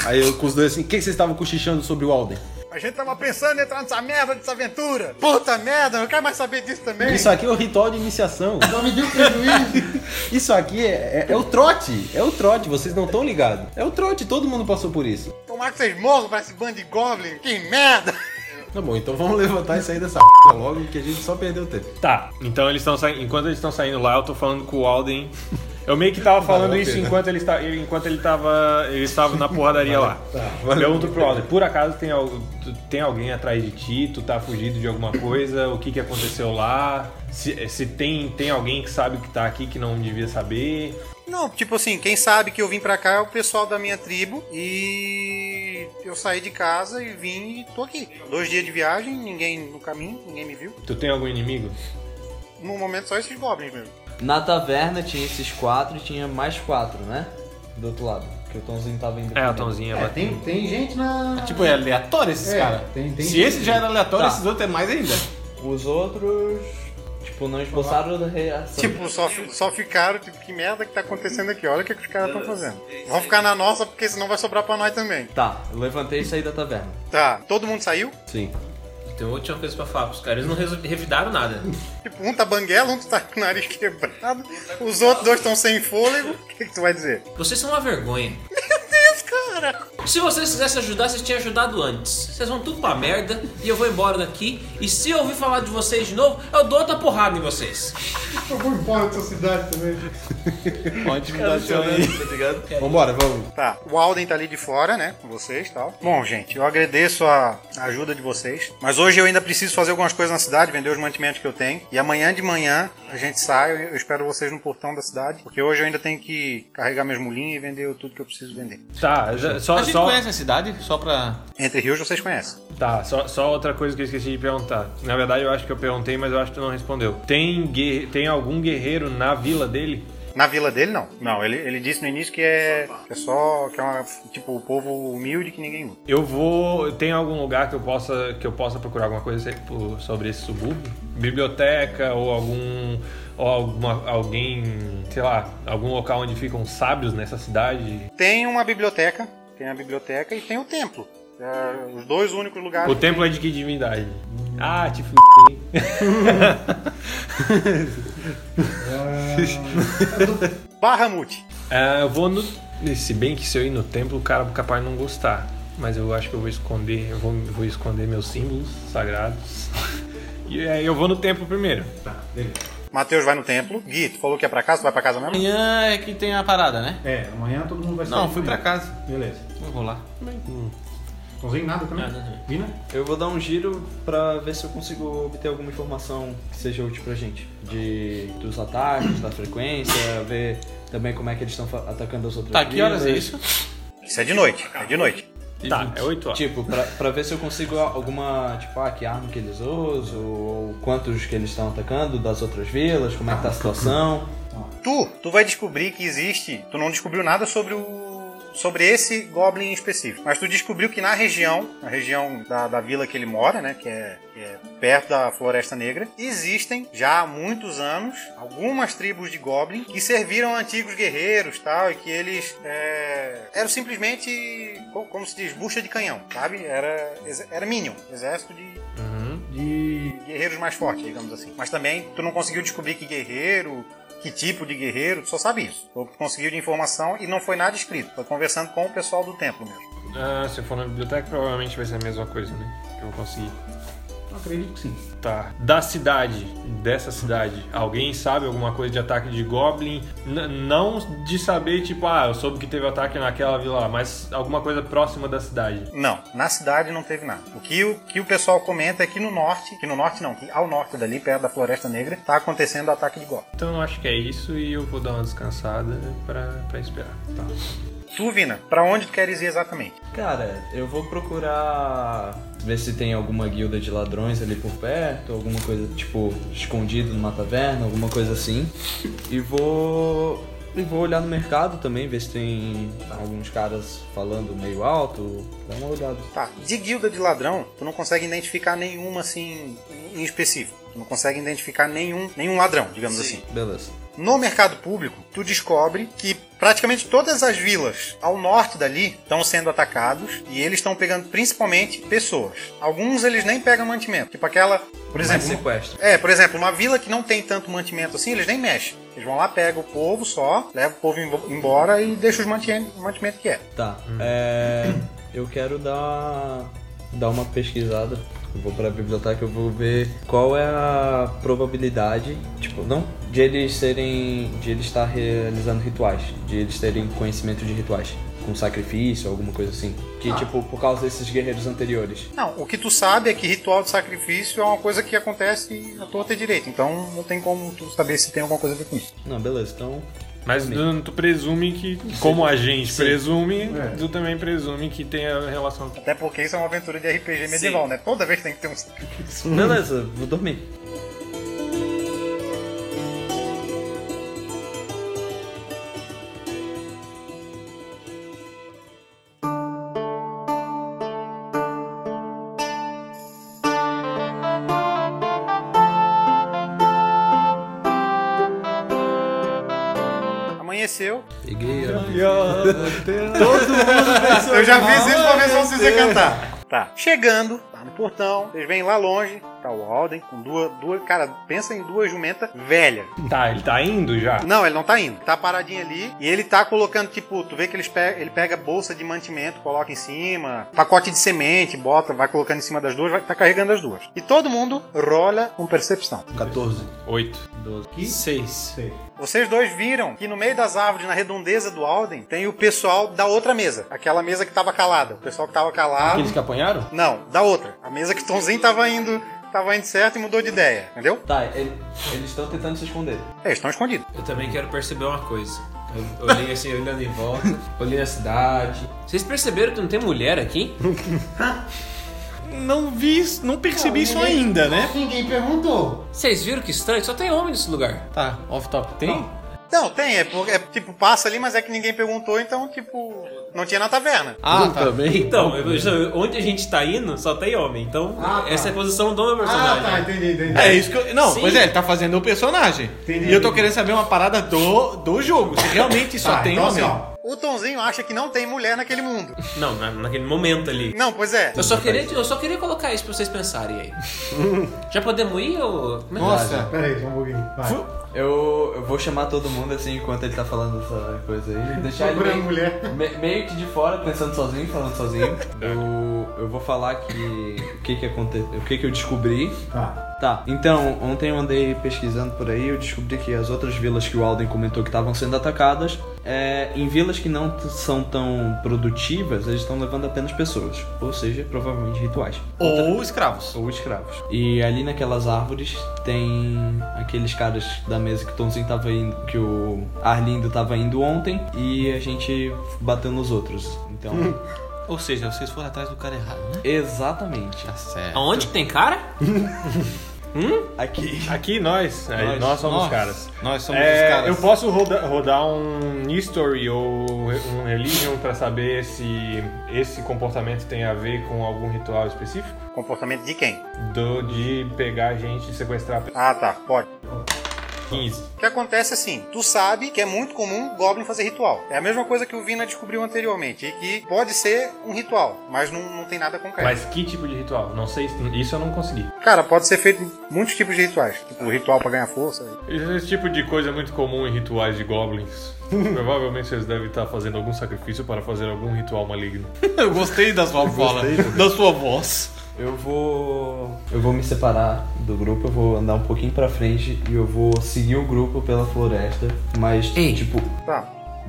Aí eu com os dois assim, o que que vocês estavam cochichando sobre o Alden?
A gente tava pensando em entrar nessa merda, dessa aventura. Puta merda, não quero mais saber disso também.
Isso aqui é o ritual de iniciação.
Não me deu prejuízo.
Isso aqui é, é- é o trote. É o trote, vocês não estão ligados. É o trote, todo mundo passou por isso.
Tomara que vocês morram pra esse bando de goblin. Que merda!
Tá bom, então vamos levantar e sair dessa p logo que a gente só perdeu tempo.
Tá, então eles estão saindo. Enquanto eles estão saindo lá, eu tô falando com o Alden. Eu meio que tava
Tá
falando
Valeu a
isso
pena.
enquanto ele, está, ele- enquanto ele tava. Ele estava na porradaria lá.
Tá,
Pergunto pro Alden, por acaso tem, al- tu- tem alguém atrás de ti? Tu tá fugido de alguma coisa? O que que aconteceu lá? Se, se tem, tem alguém que sabe que tá aqui que não devia saber?
Não, tipo assim, quem sabe que eu vim pra cá é o pessoal da minha tribo e eu saí de casa e vim e tô aqui. Dois dias de viagem, ninguém no caminho, ninguém me viu.
Tu tem algum inimigo?
No momento só esses goblins mesmo.
Na taverna tinha esses quatro e tinha mais quatro, né? Do outro lado. Que o Tomzinho tava indo.
É, a
primeiro.
Tonzinha
É,
lá.
tem, tem gente na.
Tipo, é aleatório esses
É,
caras.
tem- tem
Se
gente.
esse já era aleatório,
Tá.
esses outros é mais ainda.
Os outros. Tipo, não esboçaram da reação.
Tipo, só, fi- só ficaram, tipo, que merda que tá acontecendo aqui, olha o que, que os caras estão fazendo. Vão ficar na nossa porque senão vai sobrar pra nós também.
Tá, eu levantei e saí da taverna.
Tá, todo mundo saiu?
Sim.
Então, última coisa pra falar pros caras, eles não resol- revidaram nada.
Tipo, um tá banguela, um tá com o nariz
Um
quebrado,
tá
os outros dois estão sem fôlego. O que, que tu vai dizer?
Vocês são uma vergonha.
Meu Deus, cara!
Se vocês quisessem ajudar, vocês tinham ajudado antes. Vocês vão tudo pra merda e eu vou embora daqui. E se eu ouvir falar de vocês de novo, eu dou outra porrada em vocês.
Eu vou embora da sua cidade também.
Pode mudar seu aí.
Vambora, vamos.
Tá, o Alden tá ali de fora, né? Com vocês e tal. Bom, gente, eu agradeço a a ajuda de vocês. Mas hoje eu ainda preciso fazer algumas coisas na cidade, vender os mantimentos que eu tenho. E amanhã de manhã a gente sai, eu- eu espero vocês no portão da cidade. Porque hoje eu ainda tenho que carregar minhas mulinhas e vender tudo que eu preciso vender.
Tá, já- só.
A gente
só...
conhece a cidade, só pra...
Entre rios vocês conhecem.
Tá, só, só outra coisa que eu esqueci de perguntar. Na verdade, eu acho que eu perguntei, mas eu acho que tu não respondeu. Tem, guerre- tem algum guerreiro na vila dele?
Na vila dele, não. Não, ele, ele disse no início que é, que é só. que é uma, tipo o povo humilde que ninguém usa.
Eu vou. Tem algum lugar que eu possa, que eu possa procurar alguma coisa tipo, sobre esse subúrbio? Biblioteca ou algum. Ou alguma, alguém, sei lá, algum local onde ficam sábios nessa cidade.
Tem uma biblioteca, tem a biblioteca e tem o templo. É, os dois únicos lugares.
O templo é de que divindade? Ah, te f...
Barramute.
Ah, eu vou no. Se bem que se eu ir no templo, o cara é capaz de não gostar. Mas eu acho que eu vou esconder. Eu vou, vou esconder meus símbolos sagrados. E aí eu vou no templo primeiro.
Matheus vai no templo. Gui, tu falou que é pra casa, tu vai pra casa mesmo?
Amanhã é que tem a parada, né?
É, amanhã todo mundo vai sair.
Não, fui pra
comigo.
casa.
Beleza.
Vou lá.
Sozinho nada também? Vina?
Eu vou dar um giro pra ver se eu consigo obter alguma informação que seja útil pra gente. De, dos ataques, da frequência, ver também como é que eles estão fa- atacando as outras
Tá, que horas é
vilas.
isso?
Isso é de noite, é de noite.
Tá, é 8 horas.
Tipo, pra, pra ver se eu consigo alguma, tipo, ah, que arma que eles usam, ou quantos que eles estão atacando das outras vilas, como é que tá a situação.
Tu, tu vai descobrir que existe. Tu não descobriu nada sobre o. Sobre esse Goblin em específico. Mas tu descobriu que na região, na região da, da vila que ele mora, né? Que é, que é perto da Floresta Negra, existem já há muitos anos algumas tribos de Goblin que serviram a antigos guerreiros tal, e que eles é, eram simplesmente, co- como se diz, bucha de canhão, sabe? Era, ex- era Minion, exército de, de guerreiros mais fortes, digamos assim. Mas também tu não conseguiu descobrir que guerreiro, que tipo de guerreiro, tu só sabe isso. Tu conseguiu de informação e não foi nada escrito. Foi conversando com o pessoal do templo mesmo.
Ah, se eu for na biblioteca, provavelmente vai ser a mesma coisa, né? Que eu vou conseguir.
Acredito que sim.
Tá. Da cidade, dessa cidade, alguém sabe alguma coisa de ataque de Goblin? N- não de saber, tipo, ah, eu soube que teve ataque naquela vila lá, mas alguma coisa próxima da cidade.
Não, na cidade não teve nada. O que o, que o pessoal comenta é que no norte, que no norte não, que ao norte dali, perto da Floresta Negra, tá acontecendo o ataque de golpe.
Então eu acho que é isso e eu vou dar uma descansada pra, pra esperar. Tá.
Tu, Vina, pra onde tu queres ir exatamente?
Cara, eu vou procurar ver se tem alguma guilda de ladrões ali por perto, alguma coisa, tipo, escondido numa taverna, alguma coisa assim. E vou. E vou olhar no mercado também, ver se tem alguns caras falando meio alto. Dá uma olhada.
Tá, de guilda de ladrão, tu não consegue identificar nenhuma assim em específico. Tu não consegue identificar nenhum, nenhum ladrão, digamos assim.
Beleza.
No mercado público, tu descobre que praticamente todas as vilas ao norte dali estão sendo atacados e eles estão pegando principalmente pessoas. Alguns eles nem pegam mantimento, tipo aquela, por exemplo, uma-
sequestro.
é, por exemplo, uma vila que não tem tanto mantimento assim, eles nem mexem. Eles vão lá, pegam o povo só, levam o povo embo- embora e deixam os mantimen- o mantimento que é.
Tá.
Hum.
É, eu quero dar dar uma pesquisada. Eu vou pra biblioteca, eu vou ver qual é a probabilidade, tipo, não de eles serem, de eles estar realizando rituais, de eles terem conhecimento de rituais, com sacrifício, alguma coisa assim. Que
Ah.
tipo, por causa desses guerreiros anteriores.
Não, o que tu sabe é que ritual de sacrifício é uma coisa que acontece à torta e direito, então não tem como tu saber se tem alguma coisa a ver com isso.
Não, beleza. Então,
Mas tu, tu presume que, como a gente presume,
É.
tu também presume que tenha relação.
Até porque isso é uma aventura de RPG medieval, né? Toda vez tem que ter um sacrifício.
beleza, vou dormir.
Amanheceu.
Peguei. ó.
Eu já fiz isso pra ver se vocês iam cantar. Tá. Chegando, lá no portão, vocês vêm lá longe, tá o Alden com duas, duas, cara, pensa em duas jumentas velhas.
Tá, ele tá indo já?
Não, ele não tá indo, tá paradinho ali e ele tá colocando, tipo, tu vê que eles pe- ele pega bolsa de mantimento, coloca em cima, pacote de semente, bota, vai colocando em cima das duas, vai, tá carregando as duas. E todo mundo rola com percepção.
14.
Oito.
6.
Vocês dois viram que no meio das árvores, na redondeza do Alden, tem o pessoal da outra mesa. Aquela mesa que tava calada. O pessoal que tava calado.
Aqueles que apanharam?
Não, da outra. A mesa que Tomzinho tava indo. Tava indo certo e mudou de ideia, entendeu?
Tá, ele- eles estão tentando se esconder.
É, eles estão escondidos.
Eu também quero perceber uma coisa. Eu olhei assim, olhando em volta, olhei na cidade. Vocês perceberam que não tem mulher aqui?
Não vi, isso- não percebi isso ainda, né?
Ninguém perguntou.
Vocês viram que estranho? Só tem homem nesse lugar.
Tá, off top. Tem?
Não, tem, é, por- é tipo, passa ali, mas é que ninguém perguntou, então, tipo, não tinha na taverna.
Ah,
Tu
tá.
também?
Então, eu- eu- onde a gente tá indo, só tem homem. Então,
Ah, tá.
essa né? é a posição do meu
Ah,
personagem.
tá, entendi, entendi.
É isso que eu. Não,
Sim.
pois é, ele tá fazendo o personagem.
Entendi.
E eu tô querendo saber uma parada do, do jogo. Se realmente só
Tá,
tem
então,
uma
assim,
mesmo.
ó,
O Tonzinho acha que não tem mulher naquele mundo.
tá.
Não, na- naquele momento ali.
Não, pois é.
Eu só, queria, eu só queria colocar isso pra vocês pensarem aí. Já podemos ir ou. Como é que
Nossa.
Peraí, só um pouquinho. Vai.
Eu, eu vou chamar todo mundo assim enquanto ele tá falando essa coisa aí. Deixar ele
Tá Procurando
meio,
mulher.
me- meio que de fora, pensando sozinho, falando sozinho. Eu, eu vou falar que o que que aconteceu, o que que eu descobri.
Tá.
Tá, então, ontem eu andei pesquisando por aí, eu descobri que as outras vilas que o Alden comentou que estavam sendo atacadas, é, em vilas que não t- são tão produtivas, eles estão levando apenas pessoas, ou seja, provavelmente rituais
Ou escravos.
ou escravos. E ali naquelas árvores tem aqueles caras da mesa que o Tomzinho tava indo, que o Arlindo tava indo ontem e a gente bateu nos outros. Então,
Ou seja, vocês foram atrás do cara errado, né?
exatamente.
Tá certo.
É. Aonde que tem cara?
Aqui.
Aqui nós, aí nós, somos os caras.
Nós somos
É,
os caras.
Eu posso roda- rodar um history ou um religion pra saber se esse comportamento tem a ver com algum ritual específico?
Comportamento de quem?
Do, de pegar gente e sequestrar
Ah, tá, pode.
15.
O que acontece é assim, tu sabe que é muito comum Goblin fazer ritual. É a mesma coisa que o Vina descobriu anteriormente, e que pode ser um ritual, mas não, não tem nada concreto.
Mas que tipo de ritual? Não sei, se- isso eu não consegui.
Cara, pode ser feito muitos tipos de rituais, tipo ritual pra ganhar força.
Esse tipo de coisa é muito comum em rituais de goblins. Provavelmente vocês devem estar fazendo algum sacrifício para fazer algum ritual maligno.
Eu gostei da sua fala, da sua voz.
Eu vou eu vou me separar do grupo, eu vou andar um pouquinho pra frente e eu vou seguir o grupo pela floresta, mas
Ei.
tipo
Tá,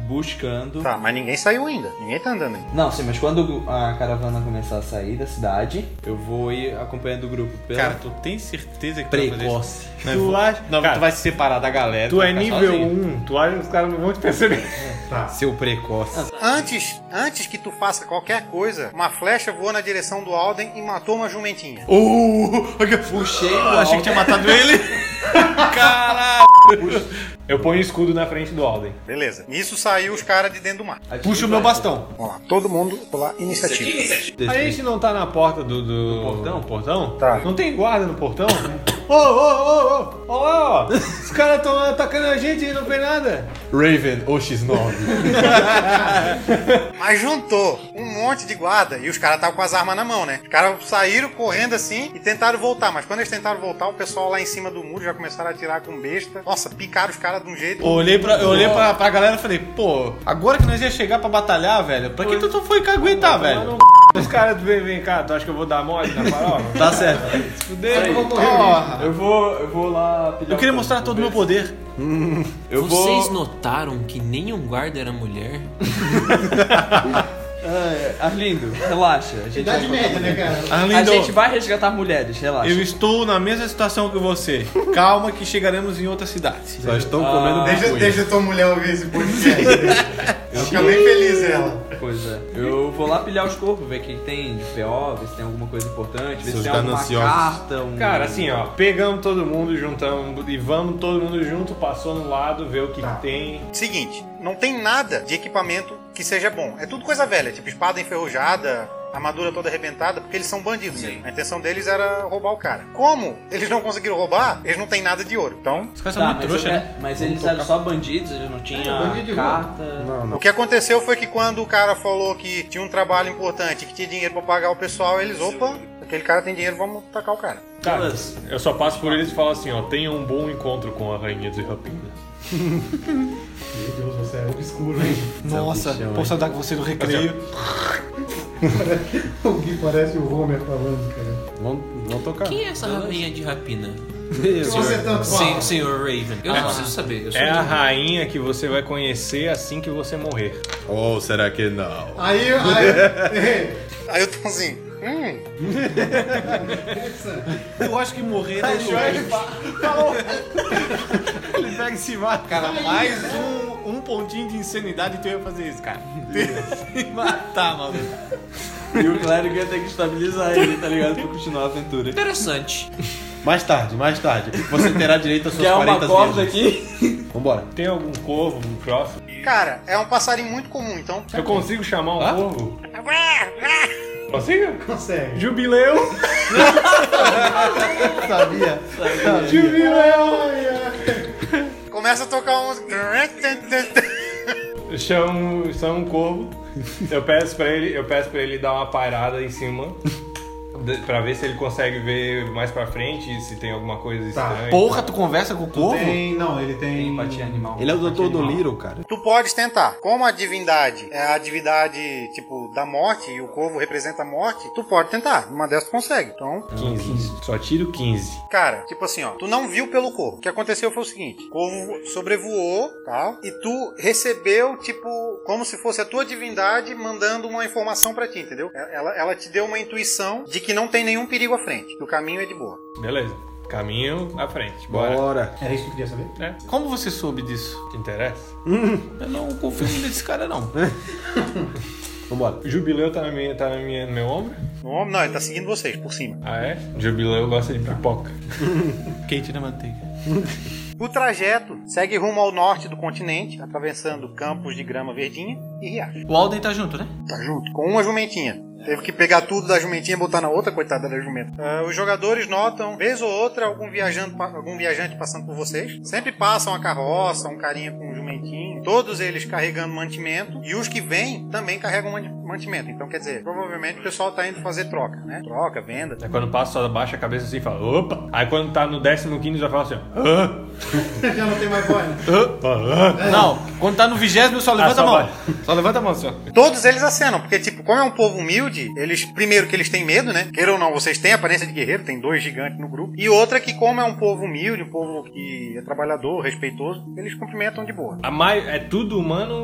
buscando
tá, mas ninguém saiu ainda, ninguém tá andando ainda.
Não, sim, mas quando a caravana começar a sair da cidade, eu vou ir acompanhando o grupo pela
Cara, tu tem certeza que
precoce.
tu vai fazer isso? Não, tu, não,
Cara,
tu vai se separar da galera.
Tu
vai
é
ficar
nível
sozinho.
1, tu acha que os caras não vão te perceber?
Tá.
Seu precoce.
Antes, antes que tu faça qualquer coisa, uma flecha voou na direção do Alden e matou uma jumentinha.
Uh, puxei, achei que tinha matado ele. Caralho.
Eu ponho o escudo na frente do Alden.
Beleza. Nisso saiu os caras de dentro do mar.
Puxa o meu bastão.
Vamos lá, todo mundo pular iniciativa.
A gente não tá na porta do, do... portão? portão?
Tá.
Não tem guarda no portão? Ô, ô, ô, ô, ô, lá, ó. Os caras estão atacando a gente e não fez nada.
Raven ou X9.
Mas juntou um monte de guarda e os caras estavam com as armas na mão, né? Os caras saíram correndo assim e tentaram voltar, mas quando eles tentaram voltar, o pessoal lá em cima do muro já começaram a atirar com besta. Nossa, picaram os caras de um jeito.
Eu olhei pra, eu olhei pra, pra galera e falei, pô, agora que nós ia chegar pra batalhar, velho, pra que tu tu foi caguetar, velho?
Os caras, vem, vem cá, tu acha que eu vou dar mole na farofa?
Tá certo.
Fudeu, vou correr.
Eu vou, eu vou lá pedir
Eu queria
um-
mostrar todo o meu poder.
Eu
Vocês
vou.
notaram que nenhum guarda era mulher?
Ah, Arlindo, relaxa. A gente,
Idade
vai...
média, né, cara?
a
Arlindo,
gente vai resgatar mulheres, relaxa.
Ah, eu estou na mesma situação que você. Calma que chegaremos em outra cidade. Ah.
Só estão comendo
Deixa,
bicunha.
deixa tua mulher ouvir esse podcast. Eu fica bem feliz ela.
Pois é. Eu vou lá pilhar os corpos, ver o que tem de PO, ver se tem alguma coisa importante, ver se,
Seus
tem alguma
gananciosos.
carta, um...
Cara, assim, ó, pegamos todo mundo, juntamos e vamos todo mundo junto, passou no lado, vê o que, que tem.
Seguinte, não tem nada de equipamento que seja bom. É tudo coisa velha, tipo espada enferrujada, armadura toda arrebentada, porque eles são bandidos. né? A intenção deles era roubar o cara. Como eles não conseguiram roubar, eles não têm nada de ouro. Então,
Os caras são
Tá,
muito
mas,
trouxa,
eu-
né?
mas eles eram só bandidos, eles não tinham
bandido de rua.
carta. Não,
o que aconteceu foi que quando o cara falou que tinha um trabalho importante, que tinha dinheiro pra pagar o pessoal, eles, opa, aquele cara tem dinheiro, vamos tacar o cara.
Cara, eu só passo por eles e falo assim, ó, tenha um bom encontro com a rainha de rapina.
Meu Deus, você é obscuro, hein?
Nossa, posso andar com você no recreio?
O que parece o Homer falando, cara.
Vão, vão tocar.
Quem é essa rainha de rapina?
Meu
Você tanto
Sen-
fala.
senhor Raven. Eu não preciso saber. Eu sou
É a rainha que você vai conhecer assim que você morrer.
Ou Oh, será que não?
Aí, aí.
Aí o Tonzinho, hum,
Eu acho que morrer é Ele pega esse mata. Cara, mais um, um pontinho de insanidade e tu ia fazer isso, cara. Tu ia se matar, maluco.
E o clérigo ia ter que estabilizar ele, tá ligado? Pra continuar a aventura.
interessante.
Mais tarde, mais tarde. Você terá direito às suas
Quer uma
40
corda
virgens.
aqui?
Vambora.
Tem algum corvo próximo?
Cara, é um passarinho muito comum, então.
Eu consigo chamar um
Ah?
corvo? Consigo?
Consegue.
Jubileu!
Sabia?
Jubileu!
Começa a tocar uns.
Eu chamo, chamo um corvo. Eu peço pra ele, eu peço para ele dar uma parada em cima. de- Pra ver se ele consegue ver mais pra frente, se tem alguma coisa
Tá.
estranha.
Porra, tu conversa com o corvo?
Tem, não, ele tem.
Empatia animal.
Ele é o doutor do Little, cara.
Tu podes tentar. Como a divindade é a divindade, tipo, da morte e o corvo representa a morte, tu pode tentar. Uma dessas tu consegue. Então,
15. Só tiro 15.
cara, tipo assim, ó. Tu não viu pelo corvo. O que aconteceu foi o seguinte: o corvo sobrevoou, tal, e tu recebeu, tipo, como se fosse a tua divindade mandando uma informação pra ti, entendeu? Ela, ela te deu uma intuição de que não tem nenhum perigo à frente, que o caminho é de boa.
Beleza. Caminho à frente. Bora.
Bora.
Era isso que eu queria saber?
É,
Como você soube disso? Hum.
te interessa?
Eu não confio nesse cara, não.
Vambora.
Jubileu tá, na minha, tá na minha, no meu ombro?
Não, não, ele tá seguindo vocês por cima.
Ah, é? Jubileu gosta de pipoca.
Quente na manteiga.
O trajeto segue rumo ao norte do continente, atravessando campos de grama verdinha e riacho.
O Alden tá junto, né?
Tá junto. Com uma jumentinha. Teve que pegar tudo da jumentinha e botar na outra, coitada da jumenta. Ah, os jogadores notam, vez ou outra, algum viajante, algum viajante passando por vocês. Sempre passam a carroça, um carinha com um jumentinho. Todos eles carregando mantimento. E os que vêm também carregam manti- mantimento. Então, quer dizer, provavelmente o pessoal tá indo fazer troca, né? Troca, venda.
É quando passa, só abaixa a cabeça assim e fala, opa! Aí quando tá no 15 já fala assim, ó, "Ah,
Já não tem mais voz. né?
ah, ah."
Não, quando tá no vigésimo, só levanta
só
a mão.
vai.
Só levanta a mão, senhor.
Todos eles acenam, porque, tipo, como é um povo humilde, eles, primeiro que eles têm medo, né? Queiram ou não, vocês têm a aparência de guerreiro, tem dois gigantes no grupo. E outra que, como é um povo humilde, um povo que é trabalhador, respeitoso, eles cumprimentam de boa.
A mai... É tudo humano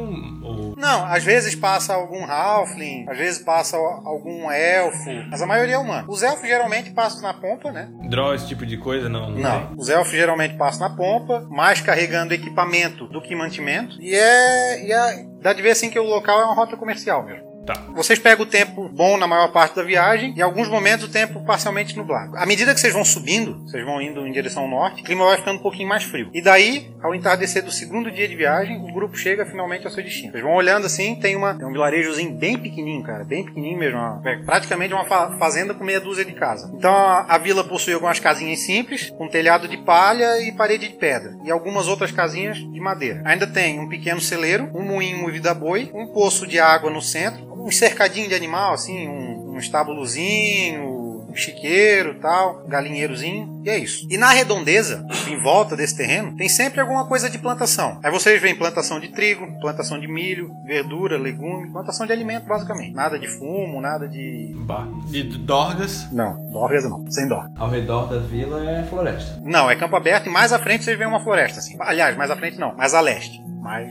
ou...
Não, às vezes passa algum halfling, às vezes passa algum elfo, mas a maioria é humana. Os elfos geralmente passam na pompa, né?
Draw esse tipo de coisa? Não, não,
Não, os elfos geralmente passam na pompa, mais carregando equipamento do que mantimento. E é. E é dá de ver assim que o local é uma rota comercial mesmo.
Tá.
Vocês pegam o tempo bom na maior parte da viagem e em alguns momentos o tempo parcialmente nublado. À medida que vocês vão subindo, vocês vão indo em direção ao norte, o clima vai ficando um pouquinho mais frio. E daí, ao entardecer do segundo dia de viagem, o grupo chega finalmente ao seu destino. Vocês vão olhando assim, tem, uma, tem um vilarejozinho bem pequenininho, cara, bem pequenininho mesmo. uma- é praticamente uma fa- fazenda com meia dúzia de casa. Então a, a vila possui algumas casinhas simples, com telhado de palha e parede de pedra, e algumas outras casinhas de madeira. Ainda tem um pequeno celeiro, um moinho movido a boi, um poço de água no centro, um cercadinho de animal, assim, um, um estábulozinho, um chiqueiro tal, um galinheirozinho, e é isso. E na redondeza, em volta desse terreno, tem sempre alguma coisa de plantação. Aí vocês veem plantação de trigo, plantação de milho, verdura, legume, plantação de alimento, basicamente. Nada de fumo, nada de.
Bah.
De Dorgas.
Não, dorgas não, sem dó.
Ao redor da vila é floresta.
Não, é campo aberto e mais à frente vocês veem uma floresta, assim. Aliás, mais à frente não, mais a leste. Mais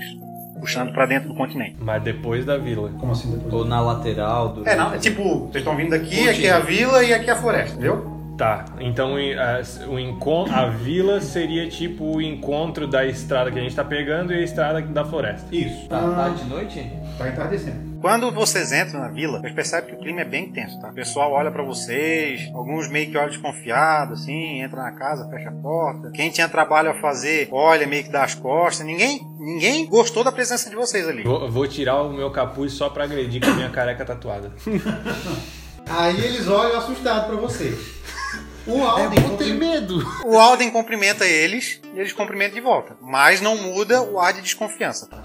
puxando pra dentro do continente.
Mas depois da vila.
Como assim depois?
Ou na lateral do.
É, não, é tipo, vocês estão vindo aqui, aqui é a vila e aqui é a floresta, entendeu?
Tá, então e, a, o encon... a vila seria tipo o encontro da estrada que a gente tá pegando e a estrada da floresta.
Isso.
Tá, tá de noite?
Tá entardecendo.
Quando vocês entram na vila, vocês percebem que o clima é bem tenso, tá? O pessoal olha pra vocês, alguns meio que olham desconfiado, assim, entra na casa, fecha a porta. Quem tinha trabalho a fazer, olha meio que dá as costas. Ninguém, ninguém gostou da presença de vocês ali.
Vou, vou tirar o meu capuz só pra agredir com a minha careca é tatuada.
Aí eles olham assustado pra vocês. O Alden. cumpri-
medo.
O Alden cumprimenta eles e eles cumprimentam de volta, mas não muda o ar de desconfiança, tá?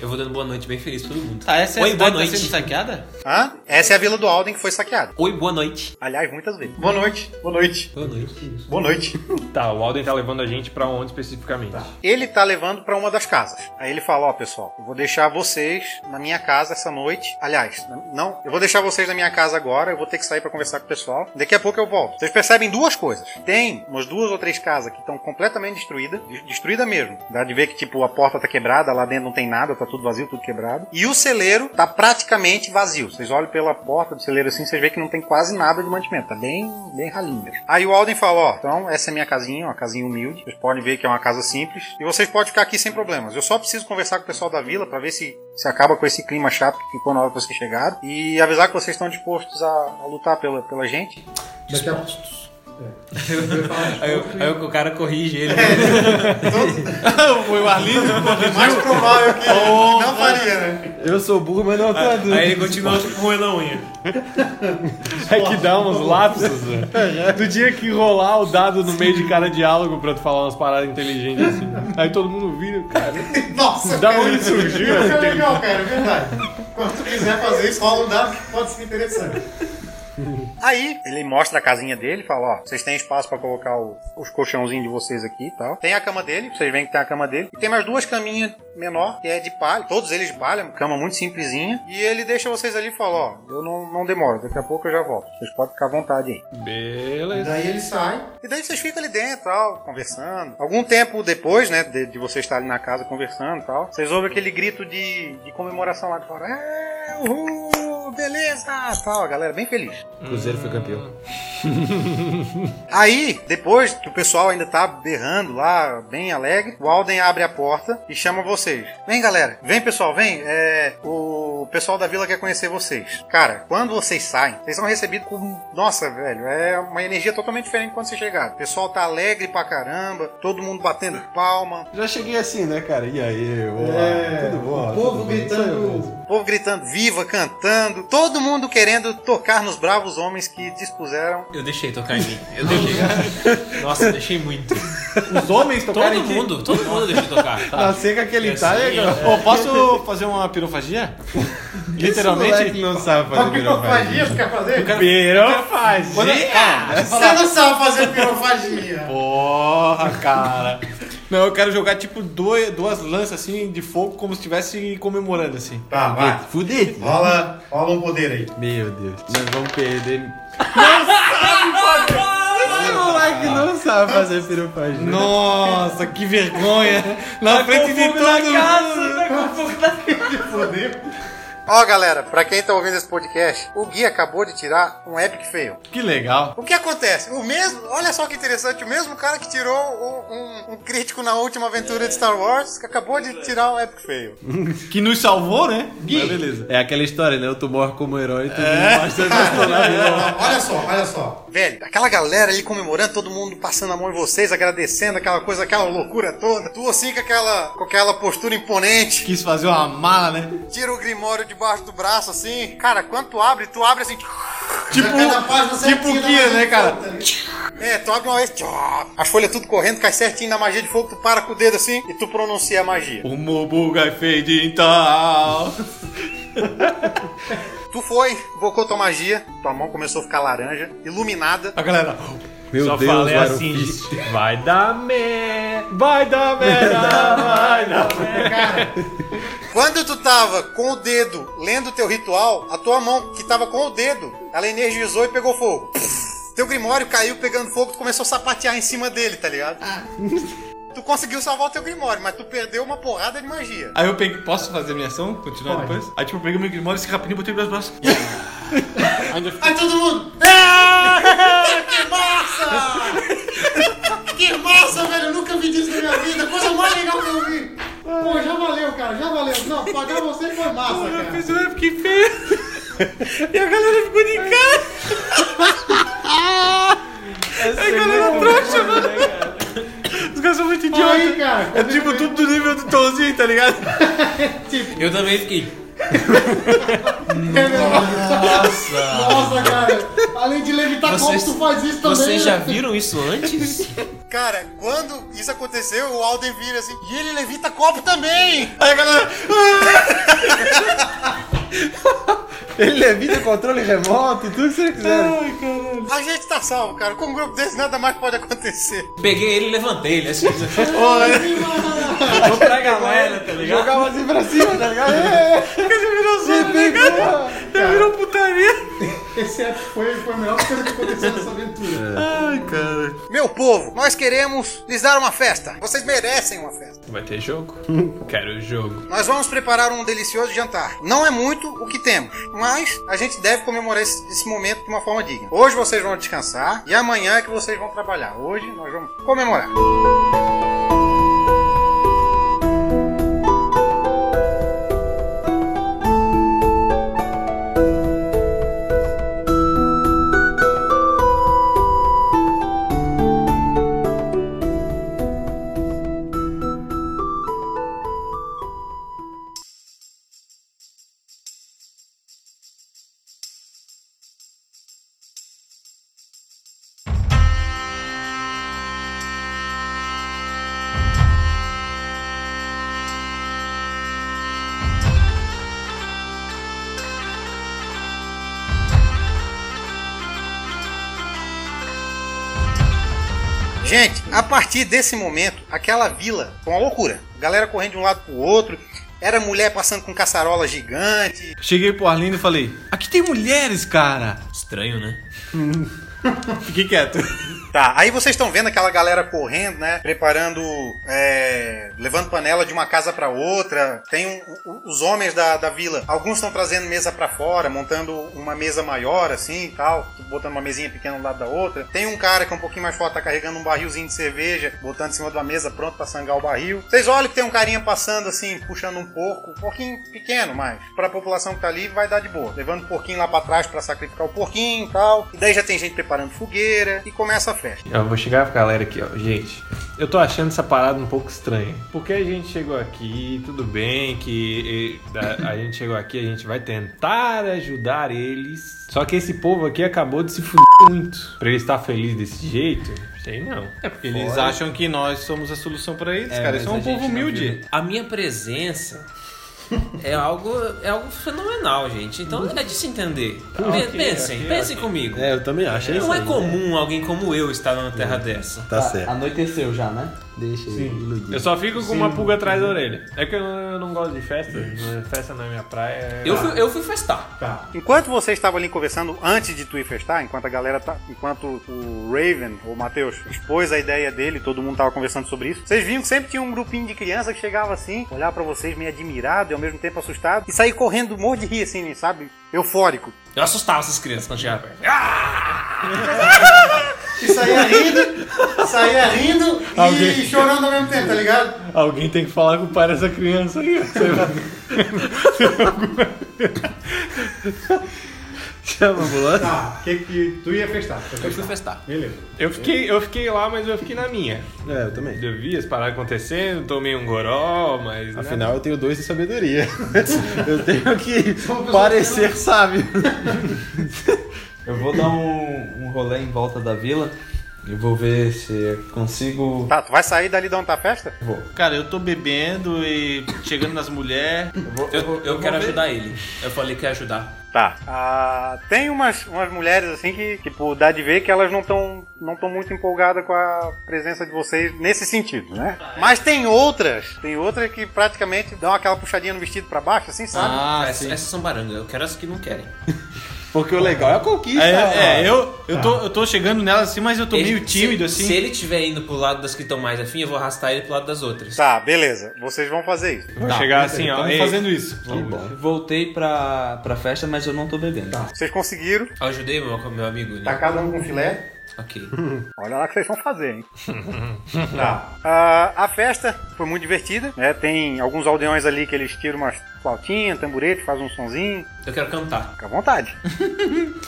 Eu vou dando boa noite bem feliz pra todo mundo.
Tá, essa é
Oi,
a
boa
cidade que tá
noite.
sendo saqueada?
Hã? Essa é a vila do Alden que foi saqueada.
Oi, boa noite.
Aliás, muitas vezes. Boa noite. Boa noite.
Boa noite.
Boa noite.
tá, o Alden tá levando a gente pra onde especificamente?
Ele tá levando pra uma das casas. Aí ele fala: Ó, pessoal, eu vou deixar vocês na minha casa essa noite. Aliás, não, eu vou deixar vocês na minha casa agora. Eu vou ter que sair pra conversar com o pessoal. Daqui a pouco eu volto. Vocês percebem duas coisas: tem umas duas ou três casas que estão completamente destruídas, de- destruída mesmo. Dá de ver que, tipo, a porta tá quebrada, lá dentro não tem nada, tá tudo vazio, tudo quebrado. E o celeiro tá praticamente vazio. Vocês olham pela porta do celeiro assim, vocês veem que não tem quase nada de mantimento. Tá bem, bem ralinho mesmo. Aí o Alden fala: Ó, então essa é minha casinha, uma casinha humilde. Vocês podem ver que é uma casa simples. E vocês podem ficar aqui sem problemas. Eu só preciso conversar com o pessoal da vila pra ver se se acaba com esse clima chato que ficou na hora que vocês chegaram. E avisar que vocês estão dispostos a, a lutar pela, pela gente.
Daqui a,
Aí, o- aí o cara corrige ele.
Foi o Arlindo?
É mais provável que não faria, né?
Eu sou burro, mas não tô
Ah,
adulto.
Aí ele continua roendo a unha.
É que dá uns lapsos, velho. Tu tinha que rolar o dado no meio de cada diálogo pra tu falar umas paradas inteligentes assim. Aí todo mundo vira, cara.
Nossa,
Da
cara.
onde surgiu
Isso
essa
é legal, cara, é verdade. Quando tu quiser fazer isso, rola um dado que pode ser interessante. Aí, ele mostra a casinha dele, fala, ó, vocês têm espaço pra colocar o- os colchãozinhos de vocês aqui e tal. Tem a cama dele, vocês veem que tem a cama dele. E tem mais duas caminhas menor, que é de palha, todos eles de palha, uma cama muito simplesinha. E ele deixa vocês ali e fala, ó, eu não, não demoro, daqui a pouco eu já volto. Vocês podem ficar à vontade aí.
Beleza.
Daí ele sai.
E daí vocês ficam ali dentro, tal, conversando. Algum tempo depois, né, de, de você estar ali na casa conversando e tal, vocês ouvem aquele grito de, de comemoração lá de fora. É, uhul, beleza, tal, a galera bem feliz.
Cruzeiro foi
Hum.
campeão.
Aí, depois que o pessoal ainda tá berrando lá, bem alegre, o Alden abre a porta e chama vocês. Vem, galera, vem, pessoal, vem. É, o pessoal da vila quer conhecer vocês. Cara, quando vocês saem, vocês são recebidos com. Nossa, velho, é uma energia totalmente diferente quando vocês chegaram. O pessoal tá alegre pra caramba, todo mundo batendo palma,
Já cheguei assim, né, cara? E aí, olá,
É,
tudo bom?
o povo
Tudo bem? Sou eu
gritando.
mesmo.
o povo gritando viva, cantando, todo mundo querendo tocar nos bravos homens que dispuseram.
Eu deixei tocar em mim. Eu deixei. Nossa, eu deixei muito.
Os homens
Todo
tocarem
mundo, todo mundo deixou tocar. tá?
Tá seca aquele
Assim,
Itália, cara.
Ô, posso fazer uma pirofagia?
Esse
Literalmente?
moleque não sabe fazer pirofagia.
quer fazer?
Pirofagia.
Quando- Calma, deixa eu falar.
Você não sabe fazer pirofagia.
Porra, cara. Não, eu quero jogar tipo dois, duas lanças assim de fogo como se estivesse comemorando assim.
Tá, vai.
Fudido.
Rola, rola um poder aí.
Meu Deus, nós vamos perder. Não sabe fazer! Esse moleque não sabe fazer pirofagia.
Nossa, que vergonha! Na frente de todo mundo!
Ó, galera, pra quem tá ouvindo esse podcast, o Gui acabou de tirar um epic fail.
Que legal!
O que acontece? O mesmo, olha só que interessante, o mesmo cara que tirou o- um, um crítico na última aventura de Star Wars, que acabou de tirar um epic fail.
Que nos salvou, né?
Mas beleza. É aquela história, né? Eu tô morro como herói, todo
É.
mundo basta né?
Não, olha só, olha só.
Velho, aquela galera ali comemorando, todo mundo passando a mão em vocês, agradecendo, aquela coisa, aquela loucura toda. Tu assim com aquela, com aquela postura imponente,
Quis fazer uma mala, né?
tira o grimório debaixo do braço assim. Cara, quando tu abre, tu abre assim.
Tipo,
Cada página
tipo
certinha
o
da
guia,
magia
né,
de
cara?
fogo, tá ligado?
É, tu abre uma vez, as folhas é tudo correndo, cai certinho na magia de fogo, tu para com o dedo assim e tu pronuncia a magia.
O Mobugai fez de tal.
Tu foi, invocou tua magia, tua mão começou a ficar laranja, iluminada.
A galera.
Meu
Só
Deus,
falei
Iron
assim,
Fist.
de- vai dar merda, vai dar merda, vai dar merda.
Quando tu tava com o dedo lendo o teu ritual, a tua mão que tava com o dedo, ela energizou e pegou fogo. Teu grimório caiu pegando fogo, tu começou a sapatear em cima dele, tá ligado? Tu conseguiu salvar o teu grimório, mas tu perdeu uma porrada de magia.
Aí eu peguei. Posso fazer minha ação? Continuar depois? Aí tipo, eu peguei o meu grimório, esse rapidinho, botei meus braços.
Aí todo mundo. que massa! que massa, velho! Eu nunca vi isso na minha vida. Coisa mais legal que eu vi. Pô, já valeu, cara, já valeu. Não, pagar você foi massa, cara.
Eu fiquei feio. E a galera ficou de cara. a galera trouxa, mano. Os caras são muito
E
idiotas.
aí, cara?
É tipo tudo do nível do Tonzinho, tá ligado?
Eu também fiquei.
Nossa, cara. Além de levitar
Vocês-
como tu faz isso também.
Vocês já
né?
viram isso antes?
Cara, quando isso aconteceu, o Alden vira assim, e ele levita copo também!
Aí a galera.
Ele levita controle remoto, tudo que você quiser.
A gente tá salvo, cara. Com um grupo desse, nada mais pode acontecer.
Peguei ele e levantei ele. Assim,
Vou pra galera, tá ligado?
Jogava assim pra cima, tá ligado?
Esse app foi, foi a melhor coisa que aconteceu nessa aventura.
Meu povo, nós queremos lhes dar uma festa. Vocês merecem uma festa.
Vai ter jogo? Quero jogo.
Nós vamos preparar um delicioso jantar. Não é muito o que temos, mas a gente deve comemorar esse, esse momento de uma forma digna. Hoje vocês vão descansar e amanhã é que vocês vão trabalhar. Hoje nós vamos comemorar. Gente, a partir desse momento, aquela vila foi uma loucura. Galera correndo de um lado pro outro. Era mulher passando com caçarola gigante.
Cheguei pro Arlindo e falei: Aqui tem mulheres, cara.
Estranho, né?
Fique quieto.
Tá, aí vocês estão vendo aquela galera correndo, né? Preparando, é, levando panela de uma casa pra outra. Tem um- o- os homens da, da vila. Alguns estão trazendo mesa pra fora, montando uma mesa maior assim e tal, botando uma mesinha pequena do lado da outra. Tem um cara que é um pouquinho mais forte, tá carregando um barrilzinho de cerveja, botando em cima da mesa pronto pra sangar o barril. Vocês olham que tem um carinha passando assim, puxando um porco, um porquinho pequeno, mas pra população que tá ali vai dar de boa. Levando o porquinho lá pra trás pra sacrificar o porquinho e tal. E daí já tem gente preparando fogueira e começa a festa.
Eu vou chegar pra galera aqui, ó. Gente, eu tô achando essa parada um pouco estranha. Porque a gente chegou aqui, tudo bem que e, a, a gente chegou aqui, a gente vai tentar ajudar eles. Só que esse povo aqui acabou de se fuder muito. Pra ele estar feliz desse jeito, sei não.
É porque eles acham que nós somos a solução pra eles,
É,
cara. Eles
mas
são
a
um povo
gente não
humilde.
A minha presença é algo, é algo fenomenal, gente. Então é de se entender. Pe-
ok,
pensem,
ok,
pensem comigo.
É, eu também achei isso.
Não é
aí.
comum alguém como eu estar numa terra dessa.
Tá certo.
Anoiteceu já, né? Deixa eu iludir.
Eu só fico com uma pulga atrás da orelha. É que eu, eu não gosto de festa. Festa não é minha praia.
Eu fui, eu fui festar.
Enquanto você estava ali conversando antes de tu ir festar, enquanto a galera tá, enquanto o Raven ou o Matheus expôs a ideia dele, todo mundo tava conversando sobre isso. Vocês viam que sempre tinha um grupinho de criança que chegava assim, olhar pra vocês meio admirado e ao mesmo tempo assustado e sair correndo morro de rir assim, sabe? Eufórico.
Eu assustava essas crianças quando chegava perto. Ah,
E saía rindo, saía rindo e chorando ao mesmo tempo, tá ligado?
Alguém tem que falar com o pai dessa criança aí.
Chama a ambulância.
Tá, que, que tu ia festar. tu ia
eu
festar.
fui festar.
Beleza.
Eu fiquei, eu fiquei lá, mas eu fiquei na minha.
É, eu também.
Eu vi as paradas acontecendo, tomei um goró, mas. nada.
Afinal, eu tenho dois de sabedoria. eu tenho que parecer sábio.
Eu vou dar um, um rolê em volta da vila e vou ver se eu consigo.
Tá, tu vai sair dali da onde tá a festa?
Cara, eu tô bebendo e chegando nas mulheres.
Eu, eu quero ajudar ele. Eu falei que ia ajudar.
Tá. Ah, tem umas, umas mulheres assim que, tipo, dá de ver que elas não estão não tão muito empolgadas com a presença de vocês nesse sentido, né? Mas tem outras, tem outras que praticamente dão aquela puxadinha no vestido pra baixo, assim, sabe?
Ah,
essas, essas são barangas. Eu quero as que não querem.
Porque o legal é a conquista.
É, é, eu, eu,
Tá.
tô, eu tô chegando nelas assim, mas eu tô meio
Ele-
tímido
se,
assim.
Se ele estiver indo pro lado das que estão mais afim, eu vou arrastar ele pro lado das outras.
Tá, beleza. Vocês vão fazer isso.
tá,
Vou
né?
chegar assim, ó.
Estamos
ei,
fazendo isso.
Voltei pra, pra festa, mas eu não tô bebendo.
Vocês conseguiram.
Eu ajudei meu, meu amigo, né?
Tá cada um com um filé.
Ok.
Olha lá o que vocês vão fazer, hein? tá. Ah, a festa foi muito divertida, né? Tem alguns aldeões ali que eles tiram umas flautinhas, tamborete, fazem um sonzinho.
Eu quero cantar.
Fica à vontade.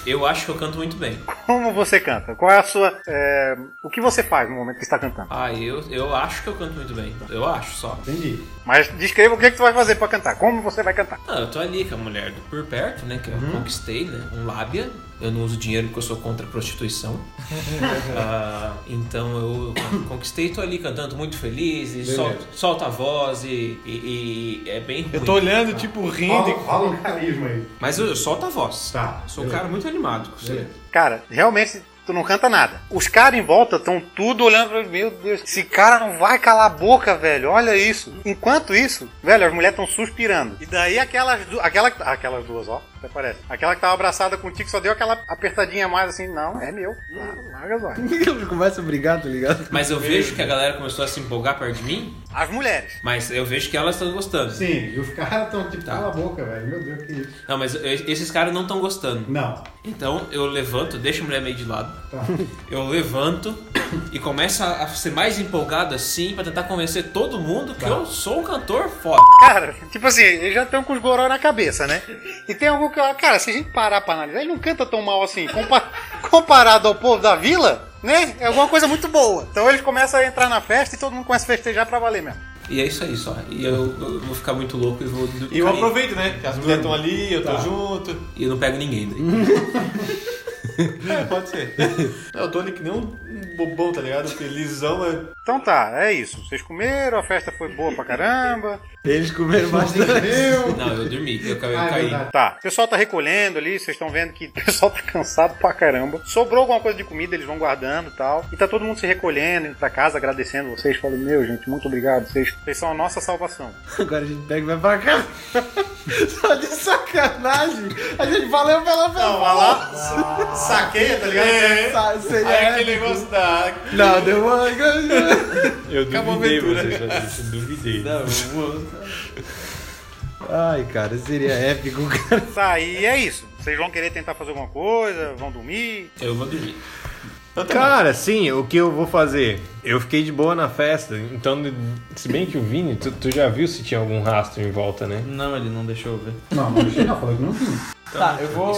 Eu acho que eu canto muito bem.
Como você canta? Qual é a sua. é, o que você faz no momento que está cantando?
Ah, eu, eu acho que eu canto muito bem. Eu acho só.
Mas descreva o que, é que tu vai fazer para cantar. Como você vai cantar?
Ah, eu tô ali com a mulher do- por perto, né? Que
Uhum.
eu conquistei, né? Um lábia. Eu não uso dinheiro porque eu sou contra a prostituição. Ah, então eu conquistei tô ali cantando muito feliz. E sol- solta a voz e, e- e é bem ruim.
Eu tô olhando, tipo, rindo.
Fala, fala um carisma aí.
Mas eu, eu solto a voz.
Tá,
Sou um cara muito animado com você.
Cara, realmente tu não canta nada. Os caras em volta estão tudo olhando pra mim. Meu Deus, esse cara não vai calar a boca, velho. Olha isso. Enquanto isso, velho, as mulheres estão suspirando. E daí aquelas duas. Aquela, que- aquelas duas, ó. Até parece. Aquela que tava abraçada contigo só deu aquela apertadinha a mais assim. Não, é meu. Larga, Larga só.
é Começa a brigar, tá ligado?
Mas eu vejo que a galera começou a se empolgar perto de mim.
As mulheres.
Mas eu vejo que elas estão gostando.
Sim, e os caras estão tipo, cala a boca, velho. Meu Deus, que isso.
Não, mas eu- esses caras não estão gostando.
Não.
Então eu levanto, deixo a mulher meio de lado.
Tá.
Eu levanto e começo a a ser mais empolgado assim pra tentar convencer todo mundo que
Tá.
eu sou um cantor foda.
Cara, tipo assim, eles já estão com os goró na cabeça, né? E tem algum que. Cara, se a gente parar pra analisar, ele não canta tão mal assim. compa- comparado ao povo da vila, né? É alguma coisa muito boa. Então eles começam a entrar na festa e todo mundo começa a festejar pra valer mesmo.
E é isso aí só. E eu, eu vou ficar muito louco e vou.
E eu
cair.
aproveito, né? Que as mulheres estão ali, eu tô junto.
E eu não pego ninguém daí.
É, pode ser. É, o Tony que nem um bobão, tá ligado? Felizão é.
Então tá, é isso. Vocês comeram, a festa foi boa pra caramba.
Eles comeram bastante.
Meu!
Não, eu dormi, eu, ca- eu
Ah, é
caí.
verdade.
Tá, o pessoal tá recolhendo ali, vocês estão vendo que o pessoal tá cansado pra caramba. Sobrou alguma coisa de comida, eles vão guardando e tal. E tá todo mundo se recolhendo, indo pra casa, agradecendo vocês, falando, meu, gente, muito obrigado. Vocês, vocês são a nossa salvação.
Agora a gente pega e vai pra casa. Só de sacanagem. A gente valeu pela
Não, vai lá, saqueia, tá ligado?
É.
é.
Sa- seria
é
Aí aquele
épico.
negócio da.
Não, deu uma grande.
Eu
Acabou a
duvidei
aventura.
vocês, eu duvidei.
Ai, cara, seria épico, cara.
Tá, e é isso. Vocês vão querer tentar fazer alguma coisa, vão dormir.
Eu vou dormir.
Cara, sim, o que eu vou fazer? Eu fiquei de boa na festa.
Então, se bem que o Vini, tu, tu já viu se tinha algum rastro em volta, né?
Não, ele não deixou eu ver.
Não, não deixei, não, falou que não vinha.
Tá, eu vou.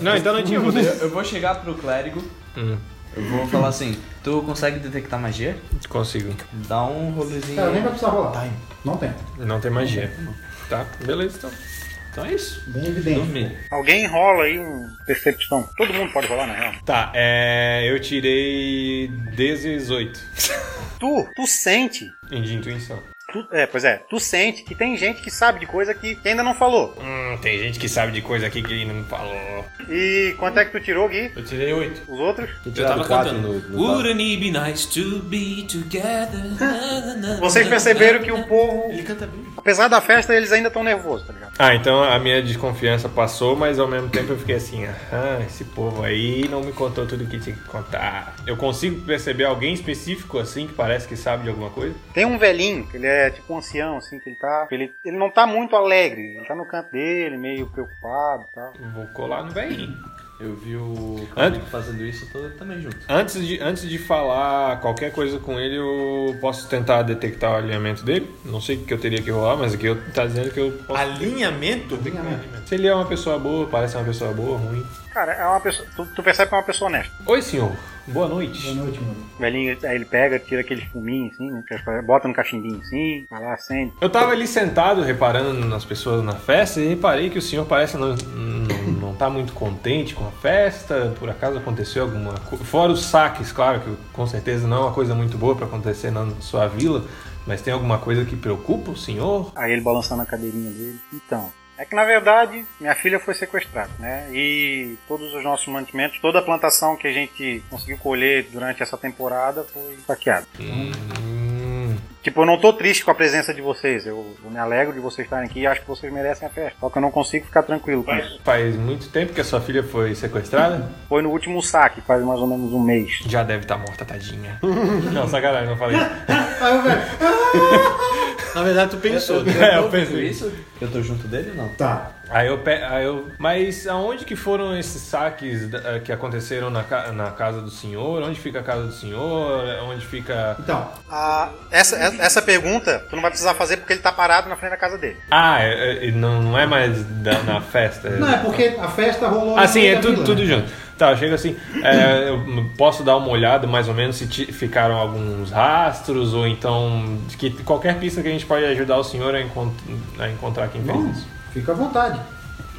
Não, então não tinha
Eu, eu vou chegar pro clérigo. Eu vou falar assim: Tu consegue detectar magia?
Consigo.
Dá um rolezinho.
Cara, nem vai precisar rolar. Tá Não tem.
Não tem magia. Tá, beleza então.
Então é isso.
Bem evidente.
Dormir.
Alguém enrola aí um percepção. Todo mundo pode rolar, na real.
Tá, é. Eu tirei 18
Tu, tu sente.
em de intuição.
Tu, é, pois é, tu sente que tem gente que sabe de coisa que, que ainda não falou.
Hum, tem gente que sabe de coisa aqui que não falou.
E quanto é que tu tirou, Gui?
Eu tirei oito.
Os outros?
Eu tava
quatro
cantando.
no- no
Wouldn't it be nice to be together? Na, na, na,
Vocês
na,
perceberam
na,
que o
na.
povo,
Ele canta bem.
apesar da festa, eles ainda estão nervosos, tá ligado?
Ah, então a minha desconfiança passou, mas ao mesmo tempo eu fiquei assim, ah, esse povo aí não me contou tudo o que tinha que contar. Eu consigo perceber alguém específico assim que parece que sabe de alguma coisa?
Tem um velhinho, que ele é tipo um ancião, assim, que ele tá. Ele, ele não tá muito alegre, ele tá no canto dele, meio preocupado e tal.
Vou colar no velhinho.
Eu vi o
Hã?
clérigo fazendo isso, eu tô também junto.
Antes de, antes de falar qualquer coisa com ele, eu posso tentar detectar o alinhamento dele. Não sei o que eu teria que rolar, mas aqui eu tá dizendo que eu posso.
Alinhamento?
Se ele é uma pessoa boa, parece uma pessoa boa, ruim.
Cara, é uma pessoa. Tu, tu percebe que é uma pessoa honesta.
Oi, senhor. Boa noite.
Boa noite, mano.
O velhinho, aí ele pega, tira aquele fuminho, assim, né, que as pessoas- bota no cachimbinho, assim, vai lá, acende.
Eu tava ali sentado reparando nas pessoas na festa e reparei que o senhor parece não, não, não tá muito contente com a festa. Por acaso aconteceu alguma coisa? Fora os saques, claro, que com certeza não é uma coisa muito boa pra acontecer na sua vila. Mas tem alguma coisa que preocupa o senhor?
Aí ele balançando a cadeirinha dele. Então. É que na verdade minha filha foi sequestrada, né? E todos os nossos mantimentos, toda a plantação que a gente conseguiu colher durante essa temporada foi saqueada.
Hum,
Tipo, eu não tô triste com a presença de vocês. Eu, eu me alegro de vocês estarem aqui e acho que vocês merecem a festa. Só que eu não consigo ficar tranquilo com isso.
faz muito tempo que a sua filha foi sequestrada?
Foi no último saque, faz mais ou menos um mês.
Já deve estar morta, tadinha. Não, sacanagem, não falei.
Aí o velho.
Na verdade, tu pensou.
É, eu
Feito
pensei.
isso? Eu tô junto dele ou não?
Tá.
Aí eu, pe- aí eu. Mas aonde que foram esses saques da- que aconteceram na, ca- na casa do senhor? Onde fica a casa do senhor? Onde fica.
Então,
Ah, essa, essa pergunta tu não vai precisar fazer porque ele tá parado na frente da casa dele.
Ah, é- é- não, não é mais da- na festa.
não, é porque a festa rolou.
Assim,
no meio
é
da
tudo,
vila,
tudo
né?
junto. Tá, eu chego assim. é, eu posso dar uma olhada mais ou menos se ti- ficaram alguns rastros ou então. Que, qualquer pista que a gente pode ajudar o senhor a, encont- a encontrar quem fez isso.
Fica à vontade.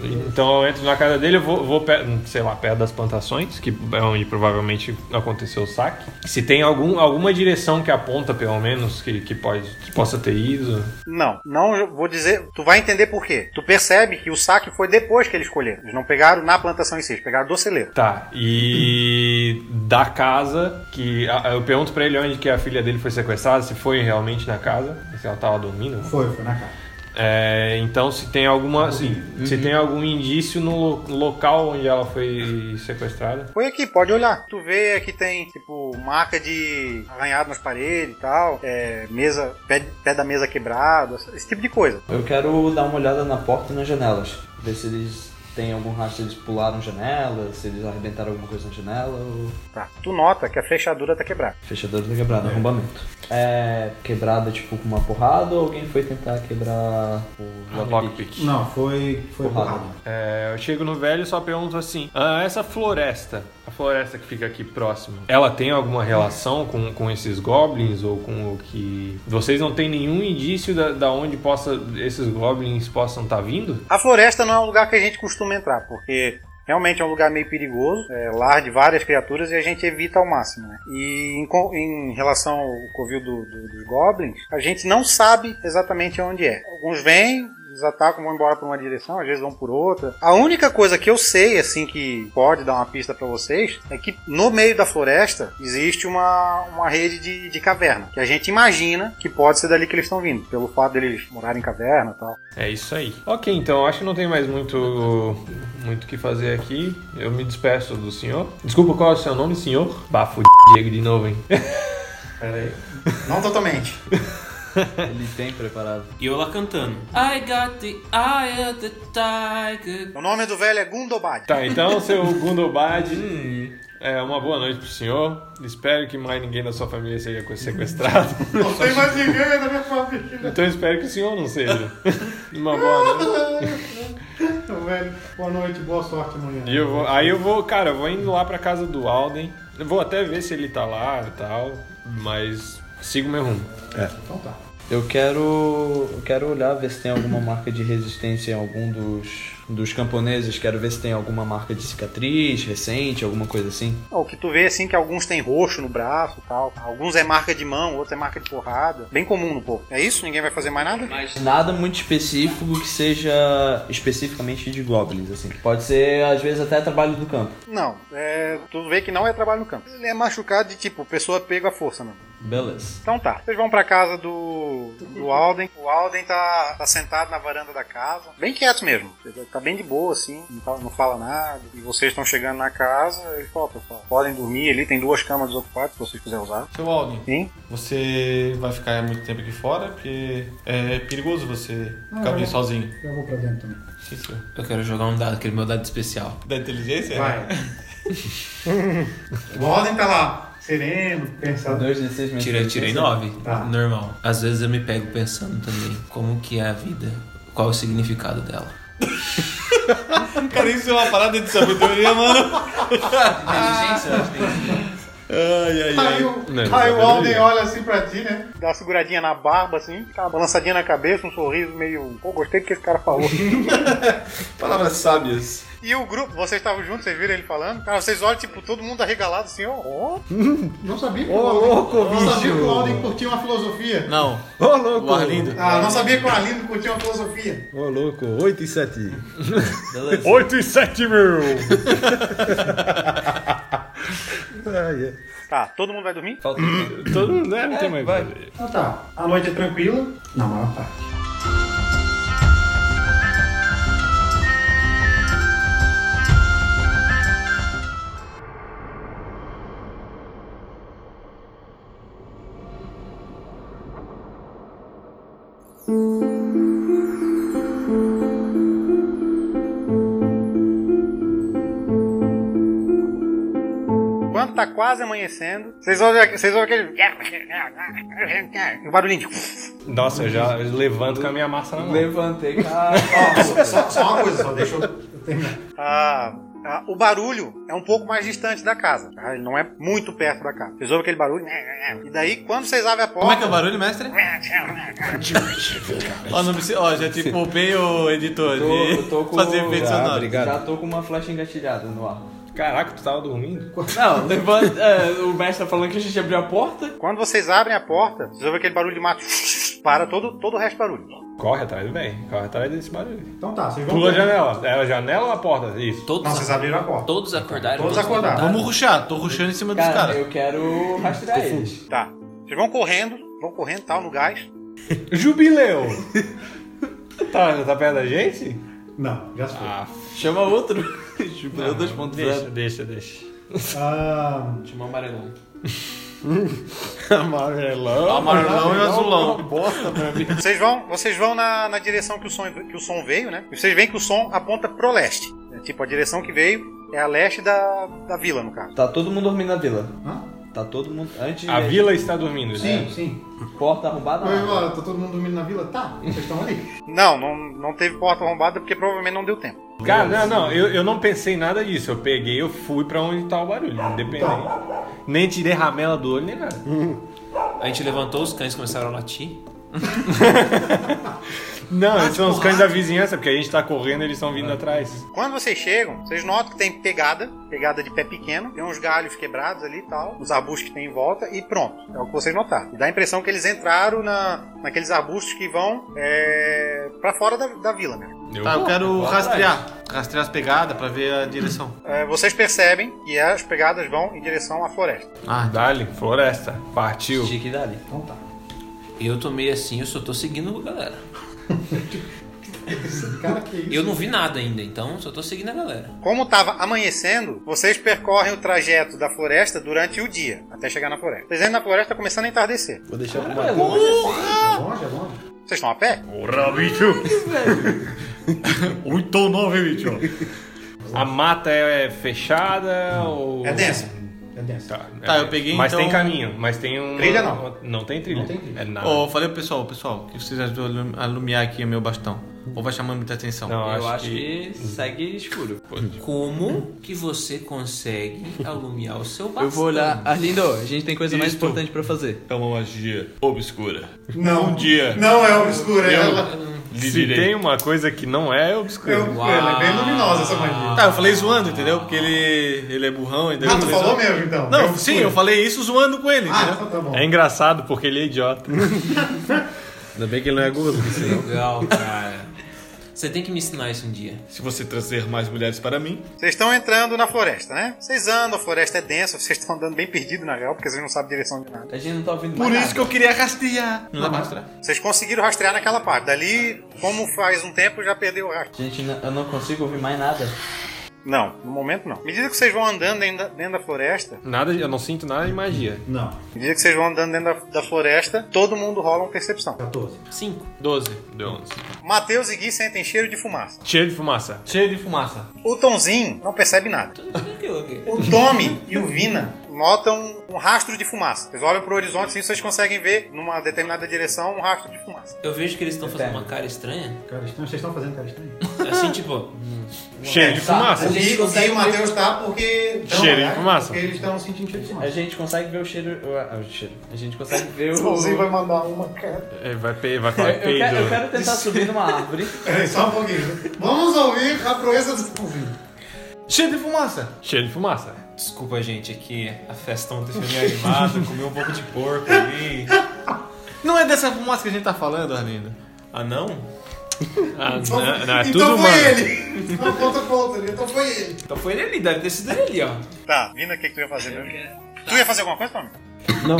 Então eu entro na casa dele, eu vou, vou pe- sei lá, perto das plantações, que é onde provavelmente aconteceu o saque. Se tem algum, alguma direção que aponta, pelo menos, que, que, pode, que possa ter ido.
Não, não eu vou dizer. Tu vai entender por quê. Tu percebe que o saque foi depois que eles colheram. Eles não pegaram na plantação em si, eles pegaram do celeiro.
Tá, e da casa, que a- eu pergunto pra ele onde que a filha dele foi sequestrada, se foi realmente na casa, se ela tava dormindo.
Foi, foi na casa.
É, então se tem alguma, assim, se tem algum indício no lo- local onde ela foi sequestrada.
Foi aqui, pode olhar. Tu vê que tem, tipo, marca de arranhado nas paredes e tal, é, mesa, pé, pé da mesa quebrado, esse tipo de coisa.
Eu quero dar uma olhada na porta e nas janelas. Ver se eles têm algum rastro, se eles pularam janela, se eles arrebentaram alguma coisa na janela ou.
Tá. Tu nota que a fechadura tá quebrada.
Fechadura tá quebrada, arrombamento. É. Quebrada tipo com uma porrada ou alguém foi tentar quebrar o lockpick?
Lockpick.
Não, foi. Foi
Porrada.
porrada.
É, eu chego no velho e só pergunto assim: "Ah, essa floresta, a floresta que fica aqui próximo, ela tem alguma relação com, com esses goblins ou com o que. Vocês não têm nenhum indício da, da onde possa esses goblins possam estar vindo?
A floresta não é um lugar que a gente costuma entrar, porque Realmente é um lugar meio perigoso, é lar de várias criaturas e a gente evita ao máximo, né? E em, co- em relação ao covil do- do- dos goblins, a gente não sabe exatamente onde é. Alguns vêm, eles atacam, vão embora por uma direção, às vezes vão por outra. A única coisa que eu sei, assim, que pode dar uma pista pra vocês, é que no meio da floresta existe uma, uma rede de, de caverna, que a gente imagina que pode ser dali que eles estão vindo, pelo fato deles morarem em caverna e tal.
É isso aí. Ok, então acho que não tem mais muito muito o que fazer aqui. Eu me despeço do senhor. Desculpa, qual é o seu nome, senhor? Bafo Diego de novo, hein?
Não totalmente.
Ele tem preparado.
E eu lá cantando. I got the eye of the tiger.
O nome do velho é Gundobad.
Tá, então, seu Gundobad, é uma boa noite pro senhor. Espero que mais ninguém da sua família seja sequestrado.
Não tem mais ninguém na minha família.
Então, eu espero que o senhor não seja. Uma boa noite.
Então, velho, boa noite, boa sorte amanhã.
E eu vou- aí eu vou, cara, eu vou indo lá pra casa do Alden. Eu vou até ver se ele tá lá e tal, mas sigo meu rumo.
Então tá.
Eu quero. Eu quero olhar, ver se tem alguma marca de resistência em algum um dos, dos camponeses. Quero ver se tem alguma marca de cicatriz recente, alguma coisa assim.
O que tu vê, assim, que alguns têm roxo no braço e tal. Alguns é marca de mão, outro é marca de porrada. Bem comum no povo. É isso? Ninguém vai fazer mais nada?
Nada muito específico que seja especificamente de goblins, assim. Pode ser, às vezes, até trabalho do campo.
Não. É, tu vê que não é trabalho no campo. Ele é machucado de tipo, pessoa pega a força, mano.
Beleza.
Então tá. Vocês vão pra casa do, do Alden. O Alden tá, tá sentado na varanda da casa. Bem quieto mesmo. Ele Tá bem de boa, assim. Não, fala- não fala nada. E vocês estão chegando na casa. Ele fala, "Ó, pessoal, podem dormir ali. Tem duas camas desocupadas, se vocês quiserem usar.
Seu Alden,
Sim.
você vai ficar muito tempo aqui fora porque é perigoso você
Ah,
ficar
eu
aqui
vou.
sozinho.
Eu vou pra dentro também.
Sim, sim.
Eu quero jogar um dado, aquele meu dado especial.
Da inteligência?
É.
Vai. o Alden tá lá, sereno, pensador.
Dois desses mesmo.
Tirei, tirei nove.
Tá.
Normal. Às vezes eu me pego pensando também como que é a vida, qual o significado dela.
Cara, isso é uma parada de sabedoria, mano.
Inteligência, eu acho que tem.
Ai, ai,
Aí
ai.
o,
Não,
aí o
não,
Alden
não.
olha assim pra ti, né?
Dá uma seguradinha na barba, assim. Dá uma balançadinha na cabeça. Um sorriso meio... Pô, gostei do que esse cara falou.
Palavras sábias.
e o grupo, vocês estavam juntos, vocês viram ele falando. Cara, vocês olham, tipo, todo mundo arregalado, assim. Ó, ó.
Não sabia que
Ô,
o Alden,
louco,
não sabia
bicho.
que o Alden curtia uma filosofia.
Não.
Ô, louco!
O Arlindo.
Ah, não sabia que o Arlindo curtia uma filosofia.
Ô, louco, 8 e 7.
Beleza.
8 e 7 mil!
é.
Tá, todo mundo vai dormir?
Falta
Todo mundo né? não tem mais.
vai.
nada.
Então tá, a noite é tranquila. Na maior parte.
Quando tá quase amanhecendo, vocês ouvem, vocês ouvem aquele. O barulhinho. de-
Nossa, eu já levanto com a minha massa na mão.
Levantei, cara.
Só, só uma coisa, só deixa eu terminar.
Ah, ah, o barulho é um pouco mais distante da casa. tá? Ele não é muito perto da casa. Vocês ouvem aquele barulho. E daí, quando vocês abrem a porta.
Como é que é o barulho, mestre? Ó, não precisa. Ó, já te poupei o editor
Tô-
de
eu tô com-
fazer efeito
Já,
sonoro.
obrigado.
Já tô com uma flecha engatilhada no ar.
Caraca, tu tava dormindo?
Não, levanta. é, o mestre tá falando que a gente abriu a porta.
Quando vocês abrem a porta, vocês ouvem aquele barulho de mato. Para todo, todo o resto do barulho.
Corre atrás, bem. Corre atrás desse barulho.
Então tá, vocês vão.
Pula a janela. Era a janela ou a porta? Isso.
Todos,
Não, vocês abriram a porta.
todos acordaram.
Todos acordaram.
Vamos ruxar, tô ruxando em cima dos
Cara,
caras.
eu quero rastrear eles.
Tá. Vocês vão correndo, vão correndo tal no gás.
Jubileu! tá, já tá perto da gente?
Não, já se foi.
Ah,
Chama outro. Tipo, eu 2.0.
deixa, deixa, deixa.
Ah,
Chamou amarelão.
Amarelão.
Amarelão e azulão.
Vocês vão, vocês vão na, na direção que o, som, que o som veio, né? E vocês veem que o som aponta pro leste. É tipo, a direção que veio é a leste da, da vila, no caso.
Tá todo mundo dormindo na vila.
hã?
Tá todo mundo. Antes
A
de-
vila está dormindo. né?
Sim, é, sim.
Porta arrombada?
Oi,
Não.
ó, tá todo mundo dormindo na vila? Tá, vocês estão ali.
Não, não, não teve porta arrombada porque provavelmente não deu tempo.
Cara, não, não, eu, eu não pensei em nada disso. Eu peguei, eu fui pra onde tá o barulho, independente. Tá. Nem tirei ramela do olho, nem nada.
A gente levantou, os cães começaram a latir.
Não, eles são os cães da vizinhança, porque a gente tá correndo e eles estão vindo atrás.
Quando vocês chegam, vocês notam que tem pegada, pegada de pé pequeno, tem uns galhos quebrados ali e tal, os arbustos que tem em volta e pronto. É o que vocês notaram. E dá a impressão que eles entraram na, naqueles arbustos que vão é, para fora da, da vila né? mesmo.
Eu
Tá, eu
vou,
quero
vou atrás.
rastrear. Rastrear as pegadas pra ver a direção.
É, vocês percebem que as pegadas vão em direção à floresta.
Ah,
Dali, floresta, partiu.
Tinha que dar ali. Então tá.
Eu tô meio assim, eu só tô seguindo a galera.
Cara, que é isso?
Eu não vi nada ainda, então só tô seguindo a galera.
Como estava amanhecendo, vocês percorrem o trajeto da floresta durante o dia, até chegar na floresta. Vocês entram na floresta começando a entardecer.
Vou deixar pro
É
Marcão.
longe.
É longe, é longe.
Vocês estão a pé?
Ora, bicho! Muito nove, bicho! A mata é fechada ou.
É densa.
É denso.
Tá,
Tá,
é.
eu peguei,
Mas
então-
tem caminho, mas tem um.
Trilha não.
Não tem trilha.
Não tem trilha.
É nada.
Ô, eu falei pro pessoal, pessoal, que vocês ajudam a alum- a iluminar aqui o meu bastão. Ou vai chamando muita atenção.
Não,
Eu acho que segue escuro.
Como que você consegue alumiar o seu bastão?
Eu vou olhar. Arlindo, a gente tem coisa mais
Isto.
importante pra fazer.
É uma magia obscura.
Não.
Um dia.
Não é obscura, ela.
Se tem um- uma coisa que não é, é obscura.
É, obscura, ela é bem luminosa essa magia.
Tá, eu falei zoando, entendeu? Porque ele, ele é burrão. Entendeu?
Ah, tu
Eu falei
falou
zoando.
mesmo então?
Não,
É
sim,
obscura.
eu falei isso zoando com ele,
Ah,
entendeu?
então tá bom.
É engraçado porque ele é idiota.
Ainda bem que ele não é gordo.
Legal, cara. Você tem que me ensinar isso um dia.
Se você trazer mais mulheres para mim.
Vocês estão entrando na floresta, né? Vocês andam, a floresta é densa, vocês estão andando bem perdido na real, porque vocês não sabem a direção de nada.
A gente não tá ouvindo
Por
mais
isso que eu queria rastrear. Não dá pra rastrear.
Vocês conseguiram rastrear naquela parte. Dali, como faz um tempo, já perdeu o rastro.
Gente, n- eu não consigo ouvir mais nada.
Não, no momento não. À medida que vocês vão andando dentro da- dentro da floresta,
Nada, eu não sinto nada de magia.
Não,
à medida que vocês vão andando dentro da, da floresta, todo mundo rola uma percepção.
14.
Cinco.
12. Deu 11.
Matheus e Gui sentem cheiro de fumaça.
Cheio de fumaça.
Cheio de fumaça.
O Tonzinho não percebe nada.
Tranquilo aqui.
O Tommy e o Vina notam um rastro de fumaça. Vocês olham pro horizonte assim, vocês conseguem ver numa determinada direção um rastro de fumaça.
Eu vejo que eles estão fazendo uma cara estranha.
Cara estranho, vocês estão fazendo cara estranho?
Assim, tipo,
Cheio de
Tá.
fumaça.
A gente consegue ver-
tá porque. dão
Cheiro de
Então,
olhada,
fumaça.
Porque eles estão sentindo cheiro de
A
fumaça.
gente consegue ver o cheiro. ah, o cheiro. A gente consegue ver o.
O Tonzinho vai mandar uma, cara.
É, vai, pe- vai
Eu,
falar
eu quero, eu
peido.
quero tentar subir numa árvore.
Peraí, só um pouquinho. Vamos ouvir a proeza do Tonzinho.
Cheio de fumaça.
Cheio de fumaça.
Desculpa, gente, é que a festa ontem foi meio animada, comi um pouco de porco ali.
Não é dessa fumaça que a gente tá falando, Arlindo.
Ah, não?
Ah,
Então,
não, não, é
então
tudo
foi
humano.
ele. Então conta, conta. Então foi ele.
Então foi ele ali, deve ter sido ele ali, ó.
Tá, Vina, o que, que tu ia fazer mesmo? Tu ia fazer alguma coisa, Tommy?
Não,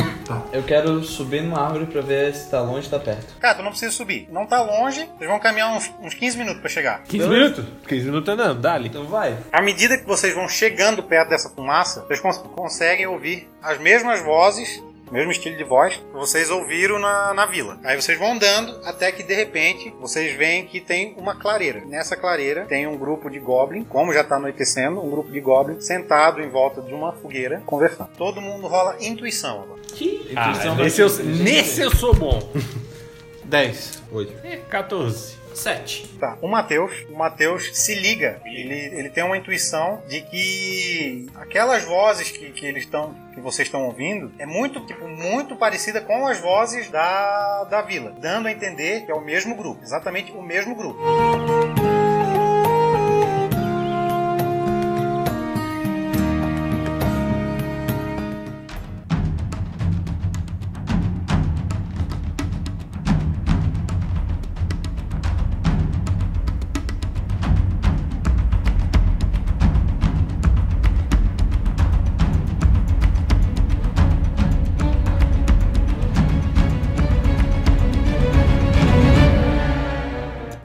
eu quero subir numa árvore pra ver se tá longe ou tá perto.
Cara, tu não precisa subir. Não tá longe, vocês vão caminhar uns, uns 15 minutos pra chegar.
Então-
15 minutos? 15 minutos andando, dali.
Então vai.
À medida que vocês vão chegando perto dessa fumaça, vocês cons- conseguem ouvir as mesmas vozes, o mesmo estilo de voz que vocês ouviram na, na vila. Aí vocês vão andando até que de repente vocês veem que tem uma clareira. Nessa clareira tem um grupo de goblin, como já está anoitecendo, um grupo de goblin sentado em volta de uma fogueira conversando. Todo mundo rola intuição agora.
Ah, nesse, eu, nesse eu sou bom.
10.
Oito.
É, 14.
sete.
Tá, o Matheus, o Matheus se liga, ele, ele tem uma intuição de que aquelas vozes que, que eles estão que vocês estão ouvindo é muito tipo muito parecida com as vozes da, da vila, dando a entender que é o mesmo grupo, exatamente o mesmo grupo.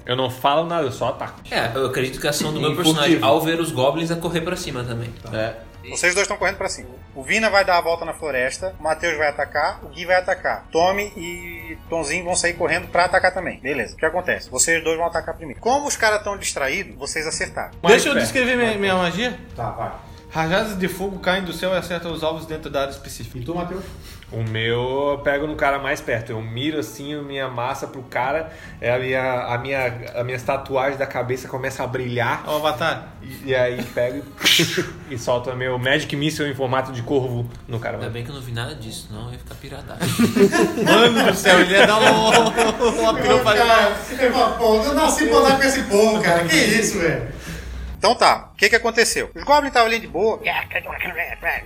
Eu não falo nada, eu só ataco.
É, eu acredito que a ação do meu
Um
personagem,
furtivo.
ao ver os goblins, é correr pra cima também.
É.
Vocês dois estão correndo pra cima. O Vina vai dar a volta na floresta, o Matheus vai atacar, o Gui vai atacar. Tommy e Tonzinho vão sair correndo pra atacar também. Beleza. O que acontece? Vocês dois vão atacar primeiro. Como os caras estão distraídos, vocês acertaram.
Mais
Deixa eu
perto.
descrever minha, minha magia.
Tá, vai.
Rajadas de fogo caem do céu e acertam os alvos dentro da área específica.
E tu, Então, Matheus?
O meu eu pego no cara mais perto. Eu miro assim a minha massa pro cara, é a minha, a minha, a minha tatuagem da cabeça começa a brilhar.
Ó, Avatar.
E, e aí pego e, e solto meu Magic Missile em formato de corvo no cara.
Ainda bem que eu não vi nada disso, não, eu ia ficar piradado.
Mano do céu, ele ia dar um- uma pirofagem.
Cara, eu falo, pô, eu nasci pra andar com esse povo, cara. Que isso, velho?
Então tá, o que que aconteceu? Os goblins estavam ali de boa,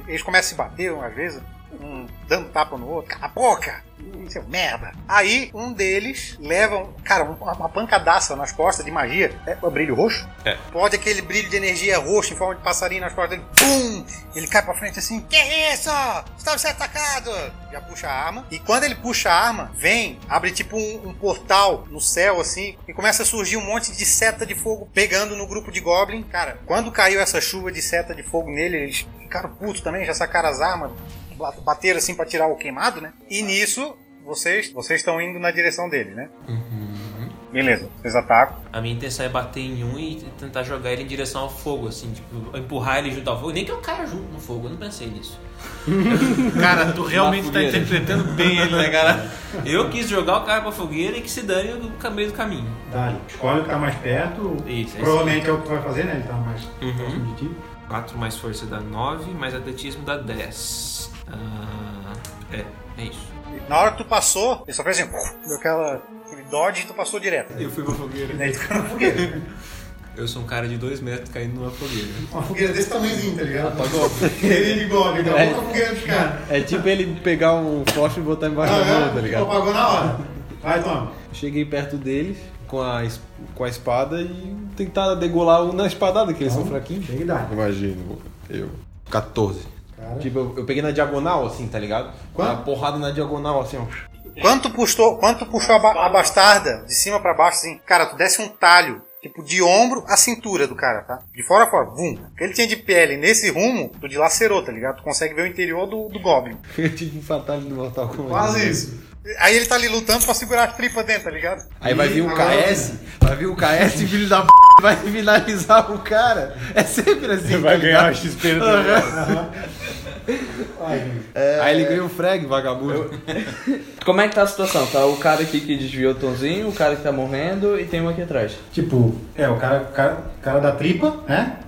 eles começam a se bater às vezes, um dando tapa no outro, cala a boca, seu merda. Aí um deles leva, um- cara, um- uma pancadaça nas costas de magia, é o brilho roxo?
É.
Pode aquele brilho de energia roxa em forma de passarinho nas costas dele, pum! Ele cai pra frente assim, que isso? Estamos sendo atacados! Já puxa a arma, e quando ele puxa a arma, vem, abre tipo um, um portal no céu assim, e começa a surgir um monte de seta de fogo pegando no grupo de Goblin. Cara, quando caiu essa chuva de seta de fogo nele, eles ficaram putos também, já sacaram as armas, ba- bateram assim pra tirar o queimado, né? E nisso, vocês vocês estão indo na direção dele, né? Beleza, vocês atacam.
A minha intenção é bater em um e tentar jogar ele em direção ao fogo, assim, tipo, empurrar ele junto ao fogo. Nem que o cara junto no fogo, eu não pensei nisso.
Cara, tu realmente tá interpretando bem ele, né, cara?
Eu quis jogar o cara pra fogueira e que se dane o meio do caminho.
Dali, escolhe o que tá mais perto.
Isso, é
Provavelmente é o que tu vai fazer, né? Ele tá mais
Uhum.
próximo de ti.
4 mais força dá 9, mais atletismo dá 10. Ah, é, é isso.
Na hora que tu passou, ele só fez assim, deu aquela, aquele dodge e tu passou direto.
Eu fui pra fogueira.
E daí tu caiu na fogueira.
Eu sou um cara de 2 metros caindo numa fogueira.
Uma fogueira desse tamanhozinho, tá ligado? Apagou. Ele de golpe, então.
Ah, É.
Outra fogueira dos caras.
É tipo ele pegar um fósforo e botar embaixo da mão, tá ligado?
Apagou na hora. Vai, toma.
Cheguei perto deles com a, es- com a espada e tentar degolar um na espadada, que eles são fraquinhos.
Chega e dá.
Imagino, eu. 14.
Cara.
Tipo, eu, eu peguei na diagonal, assim, tá ligado?
Quanto?
Uma porrada na diagonal, assim, ó.
Quanto puxou, quanto puxou a, ba- a bastarda de cima pra baixo, assim, cara, tu desce um talho, tipo, de ombro à cintura do cara, tá? De fora a fora, vum. O que ele tinha de pele nesse rumo, tu dilacerou, tá ligado? Tu consegue ver o interior do, do Goblin.
Eu tive um fatalho no Mortal Kombat.
Quase isso.
Aí ele tá ali lutando pra segurar a tripa dentro, tá ligado?
Aí vai vir o KS, vai vir o KS, filho da p, vai finalizar o cara. É sempre assim.
Vai
tá
ganhar
ligado?
o XP do
né?
Aí ele ganha o frag, vagabundo.
Como é que tá a situação? Tá o cara aqui que desviou o tonzinho, o cara que tá morrendo e tem um aqui atrás.
Tipo, é, o cara, o cara, o cara da tripa, né?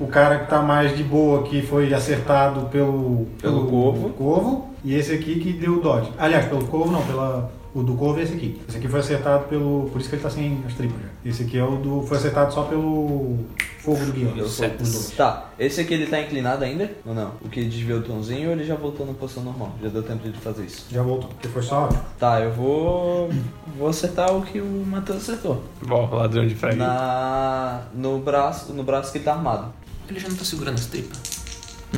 O cara que tá mais de boa, que foi acertado pelo,
Pelo corvo.
corvo. E esse aqui que deu o dodge. Aliás, pelo corvo não, pela. O do corvo é esse aqui. Esse aqui foi acertado pelo. Por isso que ele tá sem as tripas. já. Esse aqui é o do. Foi acertado só pelo. Fogo do guião. Os dois.
Tá, esse aqui ele tá inclinado ainda? Ou não? O que desviou o tonzinho ele já voltou na posição normal? Já deu tempo de ele fazer isso.
Já voltou, porque foi só.
Tá, eu vou. vou acertar o que o Matheus acertou.
Bom, ladrão de frag.
Na. no braço. no braço que tá armado.
Ele já não tá segurando as tripas.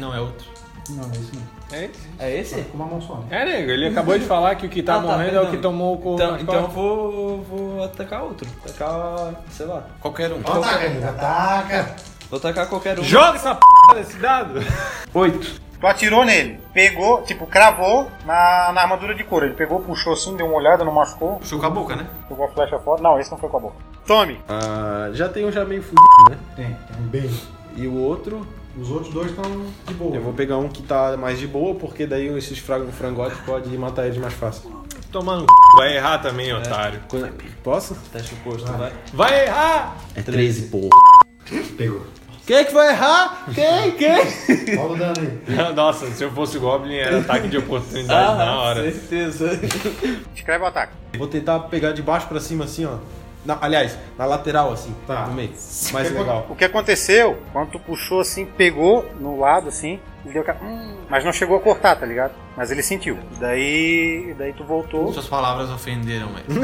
Não, é outro.
Não, é isso não.
É,
É esse?
Com uma mão só, né?
é, nego, ele acabou de falar que o que tá
Ah, tá,
morrendo é o
perdão.
que tomou o corvo.
Então,
nas
então eu
costas.
vou. vou atacar outro. Atacar. sei lá.
Qualquer um.
Ataca, ele ataca.
Vou atacar qualquer um.
Joga essa p desse dado!
Oito.
Tu atirou nele, pegou, tipo, cravou na, na armadura de couro. Ele pegou, puxou assim, deu uma olhada, não machucou,
Puxou com a boca, né?
jogou a flecha fora. Não, esse não foi com a boca. Tome!
Ah, já tem um já meio fudido, né?
Tem, tem um beijo.
E o outro,
Os outros dois estão de boa.
eu vou pegar um que tá mais de boa, porque daí esses frag- frangotes podem matar eles mais fácil.
Tomando c... Vai errar também, otário.
Quando- Posso?
é?
Ah,
Teste oposto, vai.
É. Vai errar!
É 13, porra.
Pegou.
Quem é que vai errar? Quem? Quem?
Olha o dano aí.
Nossa, se eu fosse o Goblin, era ataque de oportunidade
Ah,
na hora.
certeza.
Escreve o ataque.
Vou tentar pegar de baixo pra cima, assim, ó. Na- aliás, na lateral, assim.
Tá.
No meio. Mais legal.
O que aconteceu, quando tu puxou assim, pegou no lado assim, ele deu aquela... "Hum", mas não chegou a cortar, tá ligado? Mas ele sentiu. Daí, daí tu voltou.
Suas palavras ofenderam ele.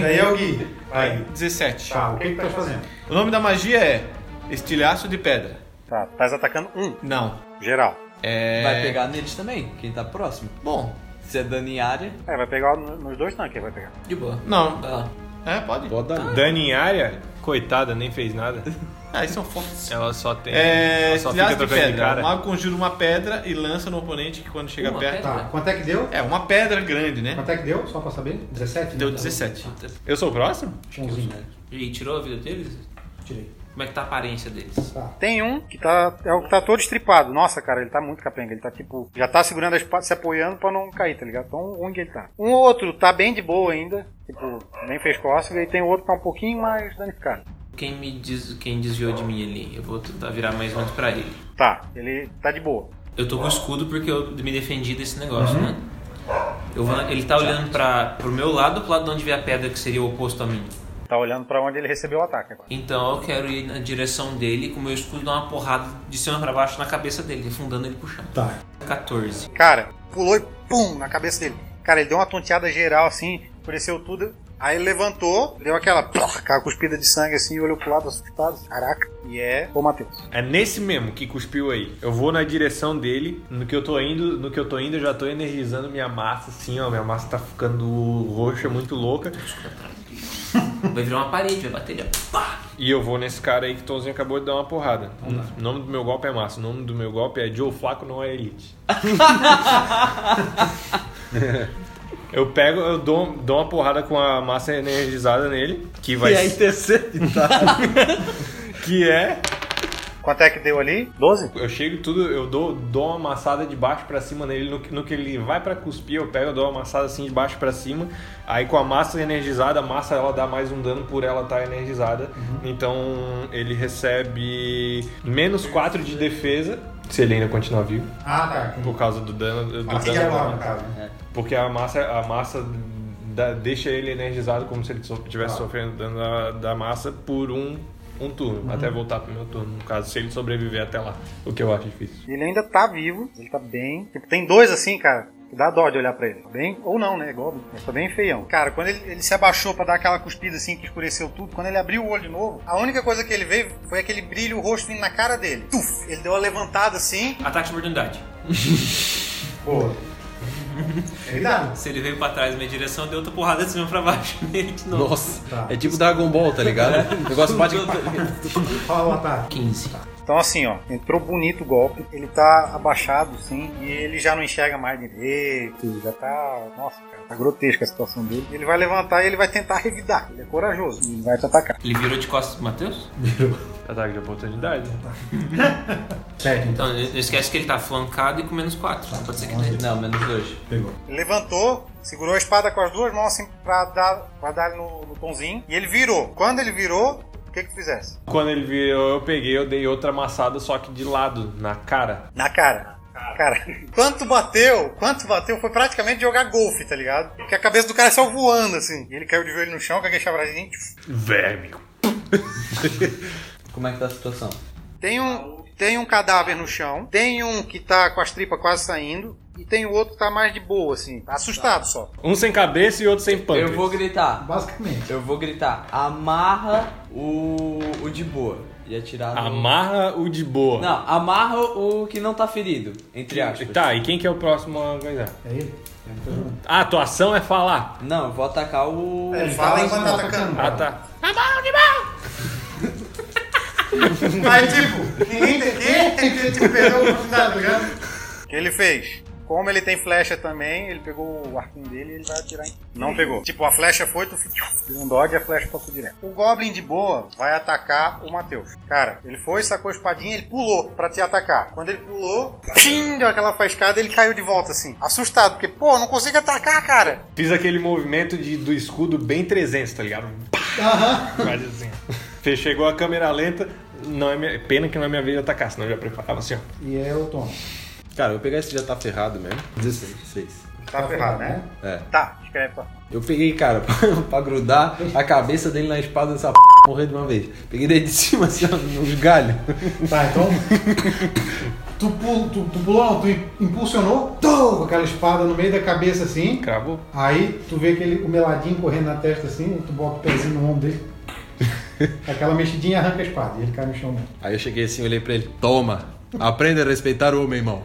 Daí é o Gui. Vai.
17.
Tá, o que que tu tá fazendo?
O nome da magia é Estilhaço de Pedra.
Tá, estás atacando um,
Não.
geral.
É.
Vai pegar neles também, quem tá próximo.
Bom.
Se é dano em área.
É, vai pegar no- nos dois tanques, vai pegar.
De boa.
Não.
Vai lá.
Ah.
É, pode.
Pode dar.
Dani em área, coitada, nem fez nada.
Ah, isso é um forte.
Ela só tem.
É.
ela só fica
Estilhaço de
trocando de
Pedra. O
cara.
mago conjura uma pedra e lança no oponente que quando chega
Uma
perto.
Tá, quanto é que deu?
É, uma pedra grande, né?
Quanto é que deu? Só pra saber? 17?
Deu
Né?
17.
Eu sou o próximo?
Tá, 11.
E tirou a vida deles?
Tirei.
Como é que tá a aparência deles?
Tem um que tá. É o que tá todo estripado. Nossa, cara, ele tá muito capenga. Ele tá tipo. Já tá segurando a espada, se apoiando pra não cair, tá ligado? Tão ruim que ele tá. Um outro tá bem de boa ainda. Tipo, nem fez cócega. E tem outro que tá um pouquinho mais danificado.
Quem me diz, quem desviou de mim ali? Eu vou tentar virar mais ou menos pra ele.
Tá, ele tá de boa.
Eu tô com escudo porque eu me defendi desse negócio, né? Eu vou na- ele tá olhando pra, pro meu lado, pro lado de onde vê a pedra, que seria o oposto a mim.
Tá olhando pra onde ele recebeu o ataque agora.
Então eu quero ir na direção dele com o meu escudo e dar uma porrada de cima pra baixo na cabeça dele, afundando ele pro chão.
Tá.
14.
Cara, pulou e pum na cabeça dele. Cara, ele deu uma tonteada geral assim, cresceu tudo. Aí ele levantou, deu aquela, plá, aquela cuspida de sangue assim, olhou pro lado assustado. Caraca, e é o Matheus.
É nesse mesmo que cuspiu aí. Eu vou na direção dele. No que eu tô indo, no que eu tô indo, eu já tô energizando minha massa, assim, ó. Minha massa tá ficando roxa, muito louca.
Vai virar uma parede, vai bater ele. ó. Pá!
E eu vou nesse cara aí que o Tonzinho acabou de dar uma porrada. O nome do meu golpe é massa. O nome do meu golpe é Joe Flaco não é Elite. eu pego, eu dou, dou uma porrada com a massa energizada nele, que vai.
E aí, terceiro
Que é.
Quanto é que deu ali? 12?
Eu chego e tudo, eu dou, dou uma amassada de baixo pra cima nele. No, que- no que ele vai pra cuspir, eu pego, eu dou uma amassada assim de baixo pra cima. Aí com a massa energizada, a massa ela dá mais um dano por ela estar energizada. Então ele recebe menos 4 de defesa. Se ele ainda continuar vivo,
Ah, tá.
por causa do dano. Do
Aqui é
Tá.
dano
agora, no caso.
É.
porque a massa, a massa dá- deixa ele energizado como se ele
Ah.
estivesse sofrendo dano da, da massa por um, um turno,
Uhum.
até voltar pro meu turno, no caso, se ele sobreviver até lá, o que eu acho difícil.
Ele ainda tá vivo, ele tá bem. Tipo, tem dois assim, cara, que dá dó de olhar pra ele. Bem, ou não, né? Igual, mas tá bem feião. Cara, quando ele, ele se abaixou pra dar aquela cuspida assim que escureceu tudo, quando ele abriu o olho de novo, a única coisa que ele veio foi aquele brilho roxo vindo na cara dele. Tuf! Ele deu uma levantada assim.
Ataque de oportunidade.
Boa. Ele dá.
Se ele veio pra trás na minha direção, deu outra porrada de cima pra baixo nele de novo.
Nossa, é tipo Dragon Ball, tá ligado? O negócio bate.
Fala o ataque.
15.
Então assim, ó, entrou bonito o golpe. Ele tá abaixado, sim, e ele já não enxerga mais direito, já tá. Nossa, cara, tá grotesca a situação dele. Ele vai levantar e ele vai tentar revidar. Ele é corajoso, ele vai te atacar.
Ele virou de costas pro Matheus?
Ataque de oportunidade.
Sério,
Então, não esquece que ele tá flancado e com menos 4. Não pode ser que ele.
Não, menos dois.
pegou.
levantou, segurou a espada com as duas mãos assim pra dar, pra dar no, no tonzinho. E ele virou. Quando ele virou, o que que tu fizesse?
Quando ele virou, eu peguei, eu dei outra amassada, só que de lado, na cara.
Na cara. Cara, quanto bateu, quanto bateu, foi praticamente jogar golfe, tá ligado? Porque a cabeça do cara saiu voando, assim. E ele caiu de joelho no chão, com aquele chabrazinho.
Verme.
Como é que tá a situação?
Tem um, tem um cadáver no chão, tem um que tá com as tripas quase saindo, e tem o outro que tá mais de boa, assim, tá assustado só.
Um sem cabeça e outro sem pâncreas.
Eu vou gritar.
Basicamente.
Eu vou gritar. Amarra o, o de boa. E atirar no...
Amarra o de boa.
Não, amarra o que não tá ferido. Entre aspas.
Tá, e quem que é o próximo a ganhar?
É ele? É ele tá jogando.
Ah, a tua ação é falar.
Não, eu vou atacar o...
Ele fala enquanto tá atacando.
Ah, tá.
Aí, tipo, ninguém entendeu, tipo, perdeu a oportunidade, tá ligado?
O que ele fez? Como ele tem flecha também, ele pegou o arquinho dele e ele vai atirar em. Não pegou. Tipo, a flecha foi, tu deu um dodge e a flecha passou direto. O Goblin de boa vai atacar o Matheus. Cara, ele foi, sacou a espadinha, ele pulou pra te atacar. Quando ele pulou, pim, deu aquela faiscada ele caiu de volta assim. Assustado, porque, pô, não consigo atacar, cara.
Fiz aquele movimento de, do escudo bem 300, tá ligado? Quase assim. Fe- Chegou a câmera lenta. Não é minha- Pena que não é minha vez de atacar, senão eu já preparava assim, ó.
E é o Tom.
Cara, eu vou pegar esse que já tá ferrado mesmo. 16. 16.
Tá ferrado, né?
É.
Tá, escreve pra.
Eu peguei, cara, pra, pra grudar a cabeça dele na espada dessa p... morrer de uma vez. Peguei dele de cima, assim, ó, nos galhos.
Tá, então. tu, pul, tu, tu pulou, não, tu impulsionou, tô, com aquela espada no meio da cabeça assim.
Cravou.
Aí tu vê aquele, o meladinho correndo na testa assim, tu bota o pezinho no ombro dele. Aquela mexidinha arranca a espada e ele cai no chão mesmo.
Aí eu cheguei assim, olhei pra ele. Toma! Aprenda a respeitar o homem, irmão.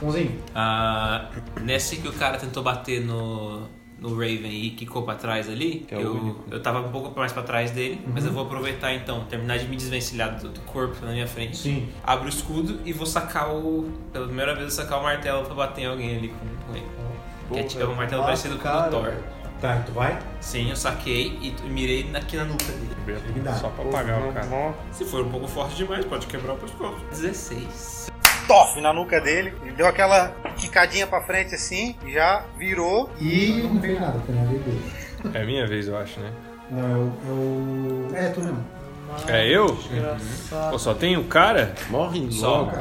Tonzinho,
Ah, nesse que o cara tentou bater no, no Raven e quicou pra trás ali, eu, eu tava um pouco mais pra trás dele, mas eu vou aproveitar então, terminar de me desvencilhar do, do corpo na minha frente.
Sim.
Abro o escudo e vou sacar o. Pela primeira vez, eu sacar o martelo pra bater em alguém ali com, com ele. Que é tipo é um martelo parecido com o do Thor.
Tá, tu vai?
Sim, eu saquei e t- mirei aqui na nuca dele.
Ele me dá.
Só pra pagar o cara.
Se for um pouco forte demais, pode quebrar o pescoço.
16.
Tof na nuca dele. Ele deu aquela quicadinha pra frente assim, já virou.
E não fez nada, foi na vez dele.
É minha vez, eu acho, né?
Não, é o. É, o... é tu mesmo.
É eu? Pô, só tem o cara?
Morre
Só.
logo.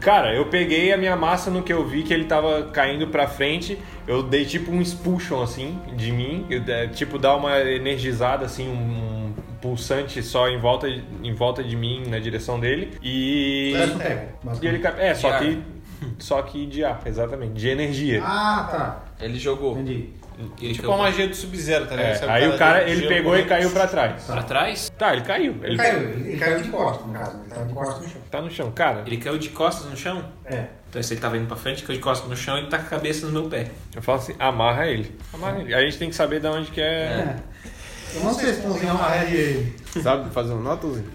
Cara, eu peguei a minha massa no que eu vi que ele tava caindo pra frente. Eu dei tipo um expulsion assim de mim. Eu, é, tipo, dar uma energizada assim, um, um pulsante só em volta, em volta de mim na direção dele. E.
Mas tu um pega, mas
E
tu-
ele cai. É,
De
só
ar.
que. Só que de ar, exatamente. De energia.
Ah, tá.
Ele jogou.
Entendi.
Ele
Tipo a magia do Sub-Zero, tá ligado?
É,
Sabe,
aí o cara,
dá um
ele
giro
pegou
no-
e caiu pra trás.
Pra trás?
Tá, ele caiu. Ele
Ele caiu, ele, ele caiu de costas, no caso. Ele tava de costas no chão.
tá no chão. Cara,
Ele caiu de costas no chão?
É.
Então se ele tava indo pra frente, caiu de costas no chão e tá com a cabeça no meu pé.
eu falo assim, amarra ele. Amarra ele. A gente tem que saber de onde que é.
Eu não sei se é pãozinho amarraria ele.
Sabe fazer um nótozinho?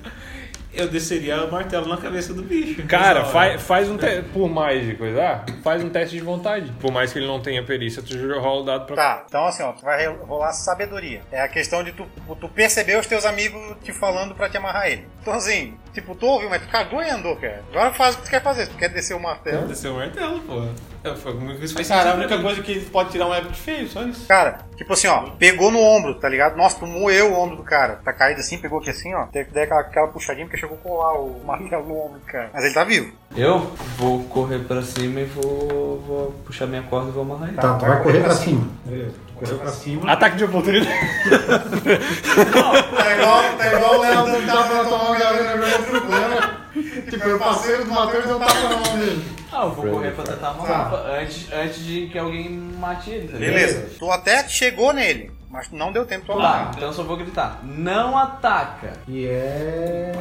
Eu desceria o martelo na cabeça do bicho.
Cara, faz, faz um teste. Por mais de coisa, faz um teste de vontade. Por mais que ele não tenha perícia, tu rola o dado pra.
Tá, então assim, ó, tu vai rolar sabedoria. É a questão de tu, tu perceber os teus amigos te falando pra te amarrar ele. Então assim, tipo, tu ouviu, mas tu cagou e andou, cara. Agora faz o que tu quer fazer. Se tu quer descer o martelo.
Desceu o martelo, pô. É, foi como que isso faz
Cara, a
sentido.
única coisa que ele pode tirar um épico feio, só isso.
Cara, tipo assim, ó, pegou no ombro, tá ligado? Nossa, tu moeu o ombro do cara. Tá caído assim, pegou aqui assim, ó. Teve que dar aquela, aquela puxadinha porque chegou a colar o martelo no ombro do cara. Mas ele tá vivo.
Eu vou correr pra cima e vou, vou puxar minha corda e vou amarrar ele.
Tá, tu vai correr pra cima. Beleza. Tu correu pra cima.
Ataque de oportunidade.
Tá igual, tá igual o Léo dando tapa na tua mão, galera. Não é problema. Tipo, eu parceiro do Matheus deu tapa na mão dele.
Ah, eu vou correr pra tentar amarrar
Tá.
pra- antes, antes de que alguém mate ele. tá ligado?
Beleza. Tu até chegou nele, mas não deu tempo de tu amarrar.
Tá, então eu só vou gritar. Não ataca!
E é.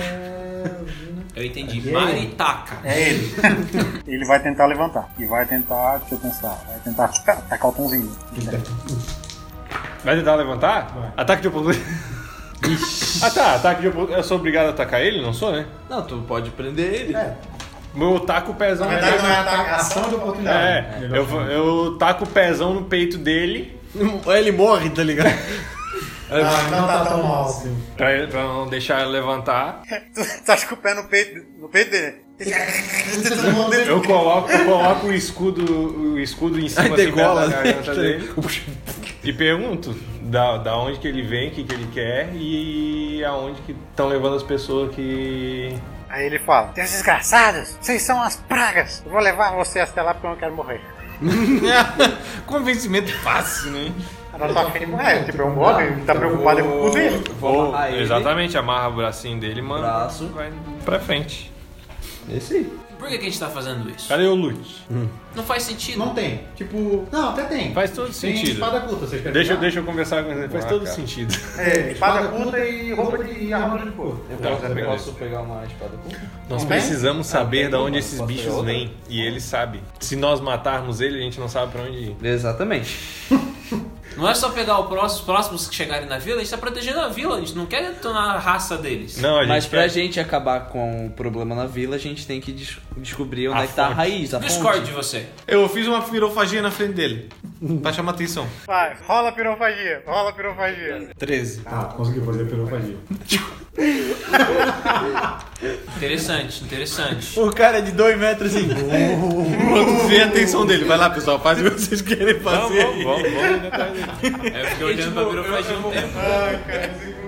Eu entendi. Maritaca.
É ele. ele vai tentar levantar. E vai tentar, deixa eu pensar, vai tentar atacar o pãozinho.
Vai tentar levantar? Ataque de oportunidade. ah tá, ataque de oportunidade. Eu sou obrigado a atacar ele, não sou, né?
Não, tu pode prender ele.
É.
Eu taco o pezão
Na
nele.
verdade, não é ataque, ação de oportunidade.
É, eu, eu taco o pezão no peito dele
Ele morre, tá ligado?
É.
Ah, não tá tão mal assim.
pra, pra não deixar ele levantar.
tu tá com o pé no peito, no peito dele. Todo mundo dele.
Eu coloco, eu coloco o escudo, o escudo em cima
Aí degola,
assim, perto da
né?
garganta dele e pergunto da, da onde que ele vem, o que, que ele quer e aonde que estão levando as pessoas que.
Aí ele fala: Seus desgraçados, vocês são as pragas. Eu vou levar vocês até lá porque eu não quero morrer.
Convencimento fácil, né?
Ela tá afim de morrer, tipo, é um bode, ele tá preocupado é com o cu dele.
Vou
Ou,
amarrar ele.
exatamente, amarra o bracinho dele, mano.
Braço.
Vai pra frente.
Esse aí.
Por que, que a gente tá fazendo isso?
Cadê o loot?
Não faz sentido.
Não tem. Tipo. Não, até tem.
Faz todo
tem
sentido.
espada curta, vocês querem
Deixa,
jogar?
deixa eu conversar com ele. Faz
Ah,
todo
cara.
sentido.
É, espada,
Espada
curta e roupa de e armadura de couro.
Eu
Tá,
posso,
tá
eu
beleza.
posso pegar uma espada com
Nós
Não tem?
precisamos saber
tem
de onde
uma,
esses
posso pegar
bichos
outra?
vêm. E ele sabe. Se nós matarmos ele, a gente não sabe pra onde ir.
Exatamente.
Não é só pegar o próximo- os próximos que chegarem na vila, a gente tá protegendo a vila, a gente não quer detonar a raça deles.
Não, a gente
Mas pra
quer-
gente acabar com o problema na vila, a gente tem que des- descobrir onde
A
é que tá a
fonte.
raiz, a
Discord de
fonte.
você.
Eu fiz uma firofagia na frente dele. pra chamar atenção.
Vai, rola a pirofagia, rola a pirofagia.
13.
Tá, conseguiu fazer pirofagia.
Interessante, interessante.
O cara é de 2 metros assim.
Pronto, vem a atenção dele. Vai lá, pessoal, faz o que vocês querem
Não,
fazer.
vamos, vamos, vamos. tipo,
Aí eu fiquei olhando pra virofagia um tempo.
Ai, cara, é